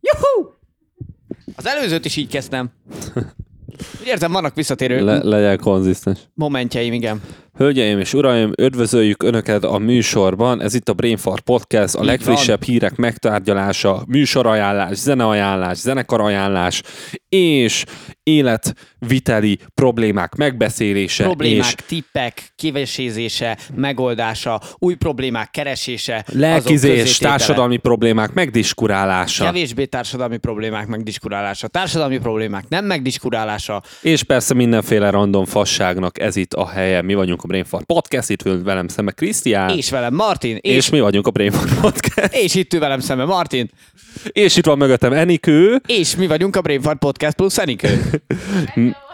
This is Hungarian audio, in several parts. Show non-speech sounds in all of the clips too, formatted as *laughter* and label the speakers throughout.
Speaker 1: Juhu! Az előzőt is így kezdtem. *laughs* Úgy érzem, vannak visszatérő
Speaker 2: Le,
Speaker 1: Le-
Speaker 2: legyen konzisztens.
Speaker 1: momentjeim, igen.
Speaker 2: Hölgyeim és uraim, üdvözöljük Önöket a műsorban. Ez itt a Brainfart Podcast, a
Speaker 1: Így
Speaker 2: legfrissebb hírek megtárgyalása, műsorajánlás, zeneajánlás, zenekarajánlás és életviteli problémák megbeszélése.
Speaker 1: Problémák,
Speaker 2: És
Speaker 1: tippek, kivesézése, megoldása, új problémák keresése. azok
Speaker 2: lelkizés,
Speaker 1: közzététele.
Speaker 2: társadalmi problémák megdiskurálása.
Speaker 1: Kevésbé társadalmi problémák megdiskurálása. Társadalmi problémák nem megdiskurálása.
Speaker 2: És persze mindenféle random fasságnak ez itt a helye. Mi vagyunk a Brainfart Podcast, itt ül velem szembe Krisztián.
Speaker 1: És velem Martin,
Speaker 2: és,
Speaker 1: és,
Speaker 2: mi vagyunk a Brainfart Podcast.
Speaker 1: és, és itt ül velem szemben Martin,
Speaker 2: És itt van mögöttem Enikő,
Speaker 1: és mi vagyunk a Brainfart Podcast plusz Enikő.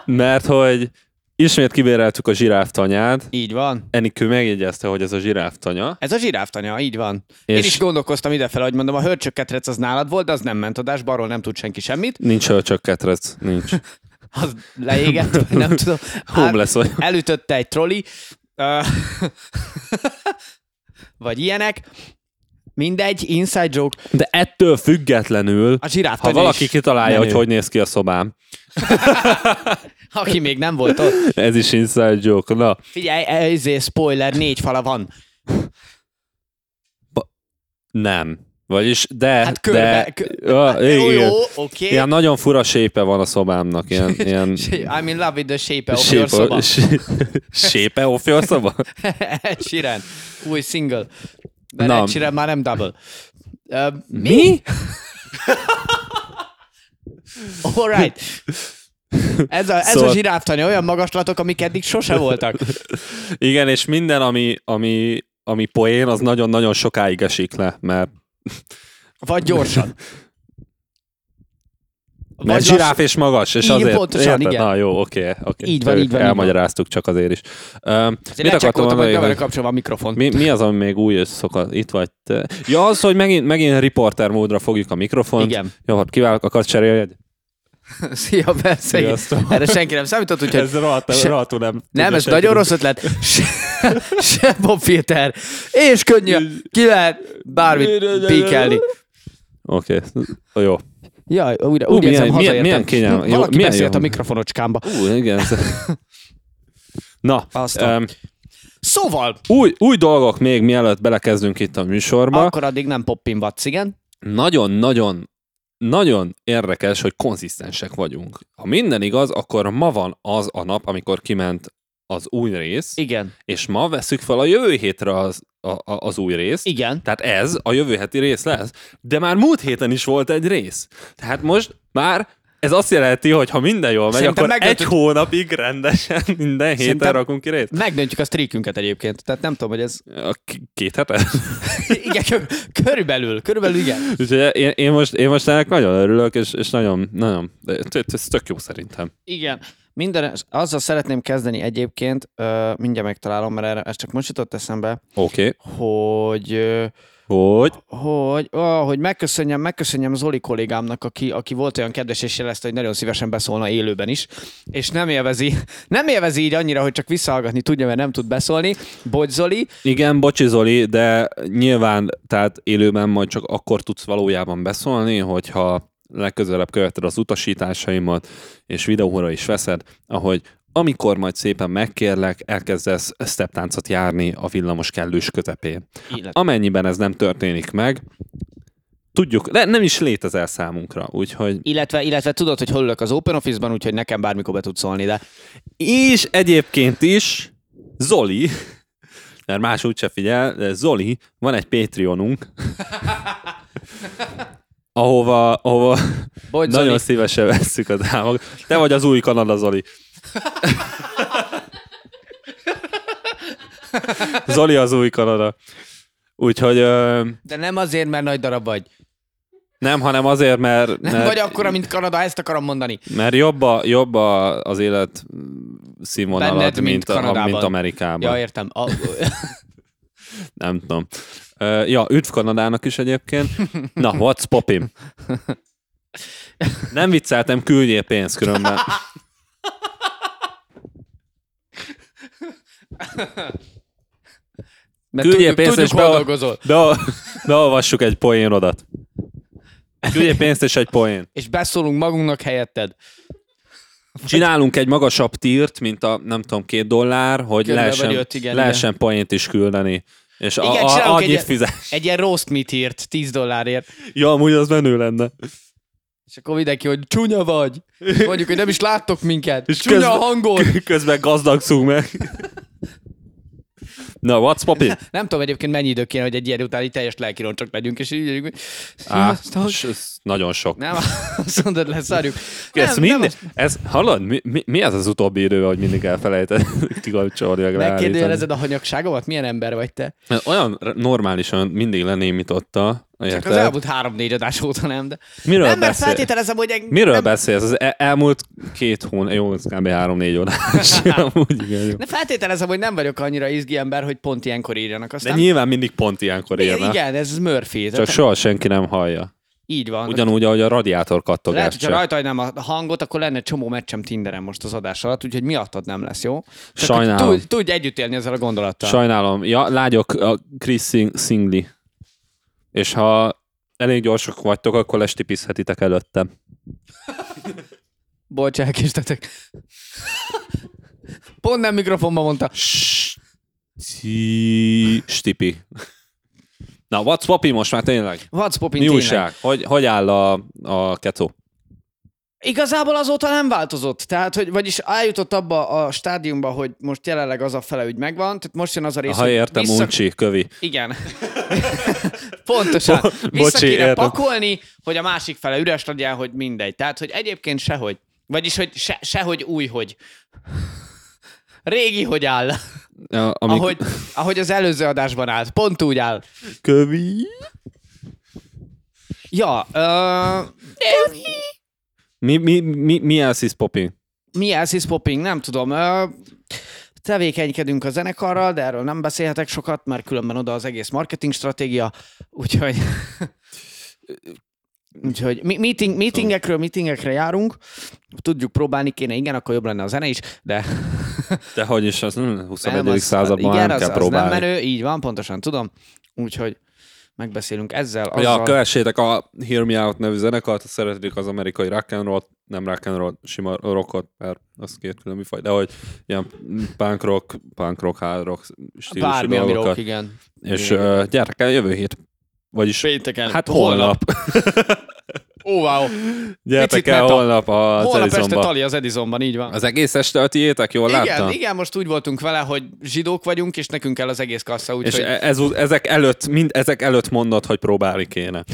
Speaker 2: mert hogy ismét kibéreltük a zsiráftanyát.
Speaker 1: Így van.
Speaker 2: Enikő megjegyezte, hogy ez a zsiráftanya.
Speaker 1: Ez a zsiráftanya, így van. És... Én
Speaker 2: És-
Speaker 1: is gondolkoztam idefele, hogy mondom, a hörcsökketrec az nálad volt, de az nem ment adásba, arról nem tud senki semmit.
Speaker 2: Nincs hölcsök ketrec, nincs.
Speaker 1: Az leégett, vagy nem tudom. Hát,
Speaker 2: Homeless vagy.
Speaker 1: Elütötte egy troli. Ö, *laughs* vagy ilyenek. Mindegy, inside joke.
Speaker 2: De ettől függetlenül,
Speaker 1: A zsiráftanya
Speaker 2: ha valaki
Speaker 1: is
Speaker 2: kitalálja,
Speaker 1: menő.
Speaker 2: hogy hogy néz ki a szobám,
Speaker 1: Aki még nem volt ott.
Speaker 2: ez is inside joke. Na,
Speaker 1: Figyelj, ezé spoiler, négy fala van.
Speaker 2: nem. Vagyis, de...
Speaker 1: Hát körbe-
Speaker 2: de,
Speaker 1: kö- hát
Speaker 2: Ö,
Speaker 1: Jó,
Speaker 2: igen.
Speaker 1: jó, oké.
Speaker 2: Ilyen nagyon fura sépe van a
Speaker 1: *laughs*
Speaker 2: szobámnak, ilyen, ilyen
Speaker 1: I'm in love with the shape of your
Speaker 2: sépe, *laughs*
Speaker 1: szoba.
Speaker 2: sépe of your szoba?
Speaker 1: *laughs* Ed Sheeran. Új single. De
Speaker 2: Na.
Speaker 1: Ed Sheeran már nem double. Uh,
Speaker 2: Mi?
Speaker 1: *laughs* all right. Ez a, ez szóval... a
Speaker 2: Szóval-
Speaker 1: zsiráftanya olyan magaslatok, amik eddig sose voltak.
Speaker 2: Igen, és minden, ami, ami, ami poén, az nagyon-nagyon sokáig esik le, mert,
Speaker 1: Vagy gyorsan.
Speaker 2: mert
Speaker 1: lass-
Speaker 2: zsiráf és magas, és
Speaker 1: Így
Speaker 2: azért...
Speaker 1: pontosan, igen.
Speaker 2: Na jó, oké. oké.
Speaker 1: Így van, így van, így
Speaker 2: Elmagyaráztuk csak azért is. Öm,
Speaker 1: Azért elcsekkoltam, hogy be van
Speaker 2: hogy-
Speaker 1: kapcsolva a mikrofon.
Speaker 2: mi, mi az, ami még új és szokat? Itt vagy te. Ja, az, hogy megint, megint riporter módra fogjuk a mikrofont.
Speaker 1: Igen.
Speaker 2: Jó, hát kívánok, akarsz cserélni? egy-
Speaker 1: *laughs* Szia, persze.
Speaker 2: Sziasztok.
Speaker 1: Erre senki nem számított, úgyhogy
Speaker 2: Ez rohadt,
Speaker 1: se-
Speaker 2: rohadtul nem.
Speaker 1: Nem,
Speaker 2: tudja
Speaker 1: ez
Speaker 2: senki.
Speaker 1: nagyon rossz ötlet. *laughs* Se, se filter. És könnyű. Ki lehet bármit píkelni.
Speaker 2: Oké, jó.
Speaker 1: Jaj, újra,
Speaker 2: Ú,
Speaker 1: úgy
Speaker 2: milyen-
Speaker 1: érzem,
Speaker 2: milyen-
Speaker 1: hazaértem.
Speaker 2: milyen kényelmes. Jó,
Speaker 1: Valaki
Speaker 2: milyen
Speaker 1: beszélt
Speaker 2: jó.
Speaker 1: a mikrofonocskámba.
Speaker 2: Ú,
Speaker 1: *laughs*
Speaker 2: igen. ez- Na,
Speaker 1: Aztán.
Speaker 2: öm,
Speaker 1: Szóval,
Speaker 2: új, új dolgok még mielőtt belekezdünk itt a műsorba.
Speaker 1: akkor addig nem poppinvatsz, igen?
Speaker 2: nagyon-nagyon nagyon érdekes, hogy konzisztensek vagyunk. Ha minden igaz, akkor ma van az a nap, amikor kiment az új rész,
Speaker 1: Igen.
Speaker 2: és ma veszük fel a jövő hétre az, a, a, az új részt.
Speaker 1: Igen.
Speaker 2: Tehát ez a jövő heti rész lesz. De már múlt héten is volt egy rész. Tehát most már ez azt jelenti, hogy ha minden jól megy,
Speaker 1: Szerintem
Speaker 2: akkor
Speaker 1: megdöntött-
Speaker 2: egy hónapig rendesen minden héten
Speaker 1: Szerintem-
Speaker 2: rakunk ki részt.
Speaker 1: Megdöntjük a streakünket egyébként, tehát nem tudom, hogy ez... *laughs*
Speaker 2: A k- két hete? *laughs*
Speaker 1: Igen, kö- körülbelül, körülbelül igen.
Speaker 2: Úgyhogy én, én, most, én most ennek nagyon örülök, és, és nagyon, nagyon, ez tök jó szerintem.
Speaker 1: Igen. Minden, azzal szeretném kezdeni egyébként, ö, mindjárt megtalálom, mert erre, ez csak most jutott eszembe,
Speaker 2: Oké. Okay.
Speaker 1: hogy ö,
Speaker 2: Hogy?
Speaker 1: hogy, ó, hogy megköszönjem, megköszönjem Zoli kollégámnak, aki, aki volt olyan kedves és jelezte, hogy nagyon szívesen beszólna élőben is, és nem élvezi, *laughs* nem élvezi így annyira, hogy csak visszahallgatni tudja, mert nem tud beszólni. Bocs Zoli,
Speaker 2: Igen, bocsi Zoli, de nyilván, tehát élőben majd csak akkor tudsz valójában beszólni, hogyha legközelebb követed az utasításaimat, és videóra is veszed, ahogy amikor majd szépen megkérlek, elkezdesz steptáncot járni a villamos kellős közepén.
Speaker 1: illetve
Speaker 2: Amennyiben ez nem történik meg, tudjuk, de nem is létezel számunkra, úgyhogy
Speaker 1: Illetve, illetve tudod, hogy hol ülök az Open Office-ban, úgyhogy nekem bármikor be tudsz szólni, de
Speaker 2: És egyébként is Zoli, mert más úgyse figyel, de Zoli, van egy Patreonunk, ahova, ahova
Speaker 1: Bocs,
Speaker 2: nagyon
Speaker 1: Zoli.
Speaker 2: szívesen vesszük a támogat. Te vagy az új Kanada, Zoli. Zoli az új Kanada. Úgyhogy ö,
Speaker 1: de nem azért, mert nagy darab vagy.
Speaker 2: nem, hanem azért, mert,
Speaker 1: Nem
Speaker 2: mert,
Speaker 1: vagy akkora, mint Kanada, ezt akarom mondani.
Speaker 2: mert jobb, a, jobb a, az élet
Speaker 1: Benned,
Speaker 2: színvonalat,
Speaker 1: mint
Speaker 2: mint, a,
Speaker 1: Kanadában.
Speaker 2: mint Amerikában.
Speaker 1: Ja, értem.
Speaker 2: *laughs*
Speaker 1: A,
Speaker 2: Nem tudom. Uh, ja, üdv Kanadának is egyébként. Na, what's popim? Nem vicceltem, küldjél pénzt különben.
Speaker 1: mert
Speaker 2: Küldjél
Speaker 1: tudjuk,
Speaker 2: pénzt,
Speaker 1: tudjuk,
Speaker 2: és
Speaker 1: hol
Speaker 2: beol-
Speaker 1: dolgozol.
Speaker 2: beol- beolvassuk egy poénodat. Küldj egy pénzt és egy poén.
Speaker 1: és beszólunk magunknak helyetted.
Speaker 2: Csinálunk egy magasabb tírt, mint a nem tudom, két dollár, hogy
Speaker 1: Körülbelül
Speaker 2: lehessen,
Speaker 1: vagy öt, igen,
Speaker 2: lehessen poént is küldeni. És igen,
Speaker 1: Igen,
Speaker 2: a, a,
Speaker 1: csinálunk egy
Speaker 2: annyit
Speaker 1: ilyen-
Speaker 2: fizet.
Speaker 1: Egy ilyen roast meat írt, 10 dollárért.
Speaker 2: Ja, amúgy az menő lenne.
Speaker 1: És akkor mindenki, hogy csúnya vagy. És mondjuk, hogy nem is láttok minket. És
Speaker 2: És
Speaker 1: csúnya
Speaker 2: közben-
Speaker 1: a hangod.
Speaker 2: Közben gazdagszunk meg. Na, what's poppin?
Speaker 1: Nem tudom egyébként mennyi idő kéne, hogy egy ilyen után így teljes lelkironcsak legyünk, és így így-
Speaker 2: Á,
Speaker 1: Sziasztok.
Speaker 2: s- ez nagyon sok.
Speaker 1: Nem, *laughs* azt mondod, leszarjuk. Nem,
Speaker 2: ez,
Speaker 1: nem,
Speaker 2: mind,
Speaker 1: azt-
Speaker 2: ez, hallod, mi, mi, mi, ez az utóbbi idő, hogy mindig elfelejted *laughs* kigalcsolják
Speaker 1: Megkérdőjelezed a hanyagságomat? Milyen ember vagy te?
Speaker 2: Olyan r- normálisan mindig lenémította.
Speaker 1: Csak
Speaker 2: Érted?
Speaker 1: az elmúlt három-négy adás óta nem, de...
Speaker 2: Hát Miről
Speaker 1: nem, mert
Speaker 2: beszél?
Speaker 1: feltételezem, hogy... Egy...
Speaker 2: Miről
Speaker 1: nem,
Speaker 2: beszélsz? Az el- elmúlt két hón, jó, ez kb.
Speaker 1: *laughs*
Speaker 2: három-négy órás. Amúgy igen, jó.
Speaker 1: ne feltételezem, hogy nem vagyok annyira izgi ember, hogy pont ilyenkor írjanak.
Speaker 2: De
Speaker 1: Aztán...
Speaker 2: nyilván mindig pont ilyenkor
Speaker 1: igen,
Speaker 2: érne.
Speaker 1: igen, ez Murphy.
Speaker 2: Csak
Speaker 1: Tehát
Speaker 2: soha senki nem hallja.
Speaker 1: így van.
Speaker 2: Ugyanúgy, ahogy a radiátor
Speaker 1: Lehet,
Speaker 2: kattogás.
Speaker 1: hogyha
Speaker 2: se.
Speaker 1: rajta hagynám a hangot, akkor lenne csomó meccsem Tinderen most az adás alatt, úgyhogy miattad nem lesz, jó? Csak
Speaker 2: Sajnálom.
Speaker 1: Tudj, tudj együtt élni ezzel a gondolattal.
Speaker 2: Sajnálom. Ja, lágyok a Chris Sing- Singli. És ha elég gyorsak vagytok, akkor lestipizhetitek előttem.
Speaker 1: Bocs, elkéstetek. Pont nem mikrofonba mondta.
Speaker 2: Sti- Stipi. Na, what's poppy most már tényleg?
Speaker 1: What's poppin'
Speaker 2: Mi
Speaker 1: tényleg?
Speaker 2: újság? Hogy, hogy áll a, a keto?
Speaker 1: Igazából azóta nem változott. Tehát, hogy vagyis eljutott abba a stádiumba, hogy most jelenleg az a fele ügy megvan, tehát most jön az a rész,
Speaker 2: Ha
Speaker 1: hogy
Speaker 2: értem,
Speaker 1: vissza...
Speaker 2: uncsi, kövi.
Speaker 1: Igen. *laughs* Pontosan.
Speaker 2: Bo-
Speaker 1: Vissza
Speaker 2: bocsi,
Speaker 1: kéne
Speaker 2: értem.
Speaker 1: pakolni, hogy a másik fele üres legyen, hogy mindegy. Tehát, hogy egyébként sehogy. Vagyis, hogy se, sehogy új, hogy. Régi, hogy áll.
Speaker 2: Ja, amik...
Speaker 1: Ahogy, ahogy az előző adásban állt. Pont úgy áll.
Speaker 2: kövi.
Speaker 1: Ja, ö,
Speaker 2: Mi, mi, mi, mi else is popping?
Speaker 1: mi else is popping? Nem tudom. Ö, tevékenykedünk a zenekarral, de erről nem beszélhetek sokat, mert különben oda az egész marketing stratégia. Úgyhogy... *laughs* Úgyhogy mi- meeting, meetingekről meetingekre járunk, tudjuk próbálni kéne, igen, akkor jobb lenne a zene is, de
Speaker 2: De hogy is, az hm, 21.
Speaker 1: az-
Speaker 2: században
Speaker 1: igen,
Speaker 2: nem
Speaker 1: az,
Speaker 2: kell
Speaker 1: az nem
Speaker 2: próbálni.
Speaker 1: menő, így van, pontosan tudom. Úgyhogy megbeszélünk ezzel, azzal.
Speaker 2: Ja, kövessétek a Hear Me Out nevű zenekart, ha szeretitek az amerikai rock and roll nem rock and roll, sima rockot, mert az két külön műfaj, de hogy ilyen punk rock, punk rock, hard rock stílusú
Speaker 1: Bármi, ami
Speaker 2: dolgokat.
Speaker 1: rock, igen.
Speaker 2: És
Speaker 1: Igen.
Speaker 2: uh, gyertek el jövő hét. Vagyis,
Speaker 1: Pénteken.
Speaker 2: hát holnap.
Speaker 1: Ó, wow.
Speaker 2: *laughs* Gyertek
Speaker 1: Picit
Speaker 2: el
Speaker 1: meta.
Speaker 2: holnap a
Speaker 1: Holnap este
Speaker 2: Edisonba.
Speaker 1: Tali az Edisonban, így van.
Speaker 2: Az egész este a tiétek, jól láttam?
Speaker 1: Igen, igen, most úgy voltunk vele, hogy zsidók vagyunk, és nekünk kell az egész kassa,
Speaker 2: És
Speaker 1: úgyhogy...
Speaker 2: e- ez, ezek, előtt, mind ezek előtt mondod, hogy próbálni
Speaker 1: *laughs*
Speaker 2: kéne. *laughs*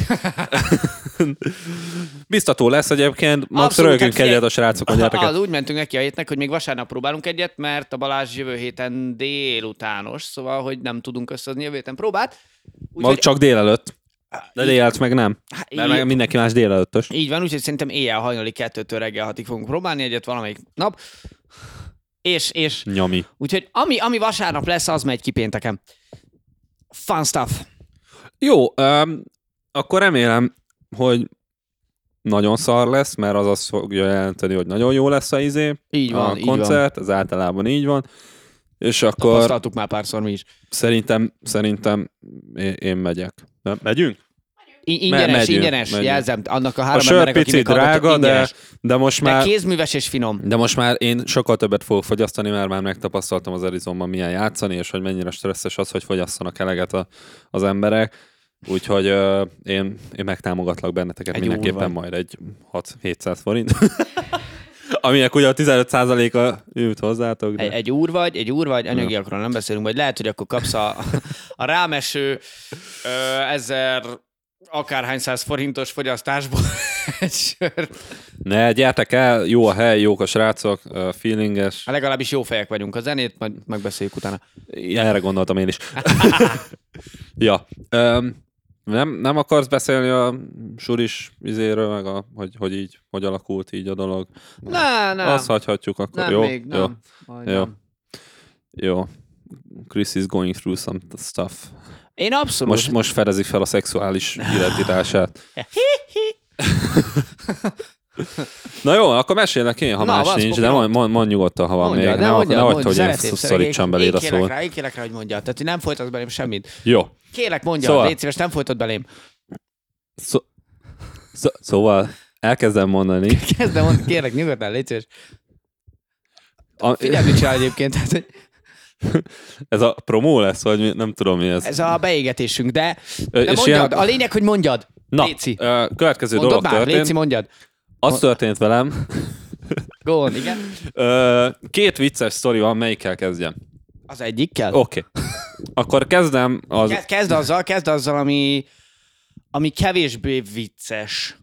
Speaker 2: Biztató lesz egyébként, max
Speaker 1: Abszolút,
Speaker 2: rögünk
Speaker 1: hát figyelj-
Speaker 2: egyet a
Speaker 1: *laughs*
Speaker 2: srácokon, gyertek el.
Speaker 1: Az úgy mentünk neki a hétnek, hogy még vasárnap próbálunk egyet, mert a Balázs jövő héten délutános, szóval, hogy nem tudunk összehozni jövő héten próbát.
Speaker 2: Mag
Speaker 1: Úgyhogy,
Speaker 2: csak délelőtt. De délelőtt meg nem.
Speaker 1: Hát,
Speaker 2: Mert meg
Speaker 1: így-
Speaker 2: mindenki más délelőttös.
Speaker 1: Így van, úgyhogy szerintem éjjel hajnali kettőtől reggel hatig fogunk próbálni egyet valamelyik nap. És, és,
Speaker 2: Nyami.
Speaker 1: úgyhogy ami, ami vasárnap lesz, az megy ki pénteken. Fun stuff.
Speaker 2: Jó, um, akkor remélem, hogy nagyon szar lesz, mert az azt fogja jelenteni, hogy nagyon jó lesz a izé.
Speaker 1: Így van,
Speaker 2: a
Speaker 1: így van.
Speaker 2: koncert, ez általában így van. És akkor
Speaker 1: Tapasztaltuk már párszor mi is.
Speaker 2: szerintem, szerintem én, én megyek. Nem? Megyünk?
Speaker 1: I- ingyenes,
Speaker 2: megyünk,
Speaker 1: ingyenes,
Speaker 2: megyünk.
Speaker 1: jelzem. Annak a három
Speaker 2: A sör
Speaker 1: embernek,
Speaker 2: picit
Speaker 1: akinek adott,
Speaker 2: drága, de,
Speaker 1: ingyenes.
Speaker 2: de most
Speaker 1: De
Speaker 2: már...
Speaker 1: kézműves és finom.
Speaker 2: De most már én sokkal többet fogok fogyasztani, mert már megtapasztaltam az Arizonban milyen játszani, és hogy mennyire stresszes az, hogy fogyasszanak eleget a, az emberek. Úgyhogy ö, én, én megtámogatlak benneteket
Speaker 1: Egy
Speaker 2: egy
Speaker 1: úr vagy.
Speaker 2: mindenképpen majd egy 6-700 forint. *laughs* Aminek ugye a 15%-a jut hozzátok. De...
Speaker 1: Egy, egy úr vagy, egy úr vagy, anyagiakról nem beszélünk, vagy lehet, hogy akkor kapsz a, a rámeső ö, ezer akárhány száz forintos fogyasztásból *laughs* egy sört.
Speaker 2: Ne, gyertek el, jó a hely, jók a srácok, ö, feelinges.
Speaker 1: Hát Legalábbis jó fejek vagyunk a zenét, majd megbeszéljük utána.
Speaker 2: Erre
Speaker 1: *laughs*
Speaker 2: gondoltam én is. ja. Öm, nem, nem akarsz beszélni a suris izéről, meg a, hogy, hogy így, hogy alakult így a dolog?
Speaker 1: Ne, nem,
Speaker 2: Azt hagyhatjuk akkor.
Speaker 1: nem
Speaker 2: jó?
Speaker 1: még, nem. Majd
Speaker 2: Jó. Jó.
Speaker 1: nem.
Speaker 2: Jó. Chris is going through some stuff.
Speaker 1: Én abszolút.
Speaker 2: Most, most fedezik fel a szexuális identitását. Na jó, akkor mesélek én, ha
Speaker 1: Na,
Speaker 2: más
Speaker 1: vasz,
Speaker 2: nincs, de
Speaker 1: Popi,
Speaker 2: mond, mond, mond nyugodtan, ha van
Speaker 1: mondja,
Speaker 2: még.
Speaker 1: de
Speaker 2: Ne,
Speaker 1: mondja,
Speaker 2: ne hagyd,
Speaker 1: mondja,
Speaker 2: hogy én
Speaker 1: szeretném, szeretném.
Speaker 2: szorítsam beléd a
Speaker 1: Én kérlek
Speaker 2: szót.
Speaker 1: rá, én kérlek rá, hogy mondja. Tehát nem folytatsz belém semmit.
Speaker 2: Jó.
Speaker 1: Kérlek, mondja,
Speaker 2: Szóval-
Speaker 1: légy szíves, nem folytat belém.
Speaker 2: Szó- Szó- szóval elkezdem mondani.
Speaker 1: Kezdem mondani, kérlek, nyugodtan légy szíves.
Speaker 2: A,
Speaker 1: Figyelj, mit csinál egyébként. Tehát, hogy
Speaker 2: ez a promó lesz, vagy mi? nem tudom mi ez.
Speaker 1: ez a beégetésünk, de,
Speaker 2: Ö,
Speaker 1: de mondjad. A lényeg, hogy mondjad.
Speaker 2: na,
Speaker 1: Léci.
Speaker 2: ö, következő
Speaker 1: Mondod
Speaker 2: dolog
Speaker 1: már,
Speaker 2: történt.
Speaker 1: Léci, mondjad.
Speaker 2: Az történt velem.
Speaker 1: Go on, igen.
Speaker 2: Ö, két vicces sztori van, melyikkel kezdjem?
Speaker 1: Az egyikkel.
Speaker 2: Oké. Okay. Akkor kezdem az...
Speaker 1: Ke- Kezd azzal, kezd azzal, ami, ami kevésbé vicces.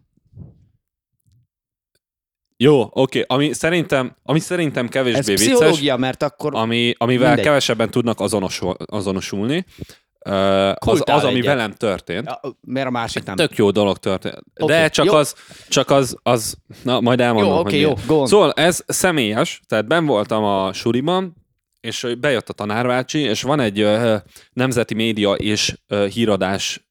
Speaker 2: Jó, oké. Okay. Ami szerintem, ami szerintem kevésbé
Speaker 1: Ez
Speaker 2: vicces.
Speaker 1: pszichológia, mert akkor
Speaker 2: ami, amivel
Speaker 1: Mindegy.
Speaker 2: Mindegy. kevesebben tudnak azonosul, azonosulni. Ö, Az,
Speaker 1: Kultál
Speaker 2: az, ami
Speaker 1: egyet.
Speaker 2: velem történt.
Speaker 1: Ja, mert a másik nem.
Speaker 2: Tök jó dolog történt.
Speaker 1: Oké,
Speaker 2: Okay. De csak
Speaker 1: jó.
Speaker 2: az, csak az, az, na majd elmondom,
Speaker 1: Jó,
Speaker 2: hogy
Speaker 1: oké,
Speaker 2: miért.
Speaker 1: jó, go on.
Speaker 2: Szóval ez személyes, tehát ben voltam a suriban, és bejött a tanárvácsi, és van egy ö, nemzeti média és ö, híradás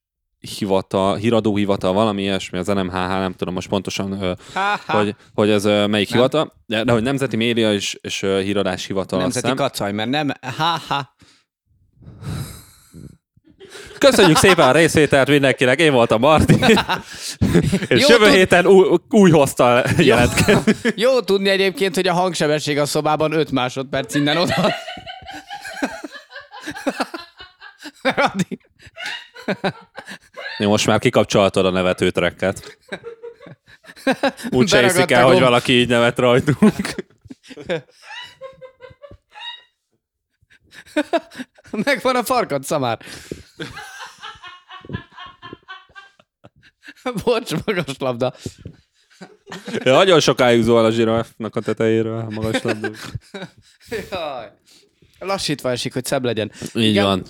Speaker 2: hivatal, híradóhivatal, valami ilyesmi, az NMHH, nem tudom most pontosan, ö,
Speaker 1: Ha, ha.
Speaker 2: hogy, hogy ez ö, melyik
Speaker 1: Nem.
Speaker 2: hivatal, de, de hogy nemzeti média és, és ö, híradás hivatal. azt
Speaker 1: Nemzeti
Speaker 2: hiszem.
Speaker 1: kacaj, mert nem... Ha-ha.
Speaker 2: Köszönjük szépen a részvételt mindenkinek, én voltam
Speaker 1: *laughs*
Speaker 2: Marti. És
Speaker 1: Jó,
Speaker 2: jövő
Speaker 1: tud-
Speaker 2: héten új, új hoztal jelentkezik.
Speaker 1: Jó tudni egyébként, hogy a hangsebesség a szobában 5 másodperc innen oda.
Speaker 2: *laughs*
Speaker 1: Mert addig...
Speaker 2: Jó, most már kikapcsoltad a nevetőtrekket. Úgy se
Speaker 1: Beragadt
Speaker 2: hiszik
Speaker 1: a
Speaker 2: el, hogy
Speaker 1: gomb.
Speaker 2: valaki így
Speaker 1: *laughs*
Speaker 2: nevet rajtunk.
Speaker 1: *laughs* Megvan a farkad, szamár. *laughs* Bocs, magas labda.
Speaker 2: Ja, Nagyon sokáig zuhal a zsiráfnak a tetejéről, magas labdú.
Speaker 1: Jaj. Lassítva esik, hogy szebb legyen.
Speaker 2: Így
Speaker 1: Igen.
Speaker 2: van.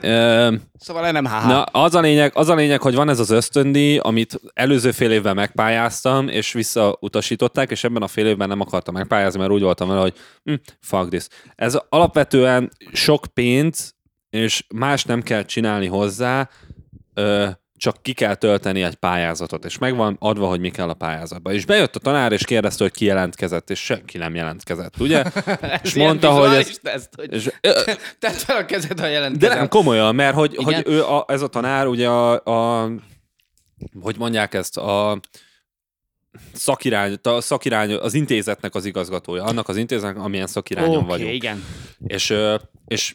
Speaker 2: Öm,
Speaker 1: Szóval nem háhá.
Speaker 2: Na, az a, lényeg, az a lényeg, hogy van ez az ösztöndíj, amit előző fél évben megpályáztam, és visszautasították, és ebben a fél évben nem akartam megpályázni, mert úgy voltam vele, hogy hm, fuck this. Ez alapvetően sok pénz, és más nem kell csinálni hozzá, ö, csak ki kell tölteni egy pályázatot, és meg van adva, hogy mi kell a pályázatba. És bejött a tanár, és kérdezte, hogy ki jelentkezett, és senki nem jelentkezett, ugye? és
Speaker 1: Ilyen
Speaker 2: mondta, hogy ez...
Speaker 1: vizuális teszt, hogy
Speaker 2: És, ö,
Speaker 1: *laughs* Tedd fel a kezed a
Speaker 2: de
Speaker 1: jelentkezést.
Speaker 2: nem, komolyan, mert hogy,
Speaker 1: Igen.
Speaker 2: hogy ő a, ez a tanár ugye a, a hogy mondják ezt, a szakirány, a szakirány, az intézetnek az igazgatója, annak az intézetnek, amilyen szakirányon
Speaker 1: Oké,
Speaker 2: vagyunk.
Speaker 1: igen.
Speaker 2: És, ö, és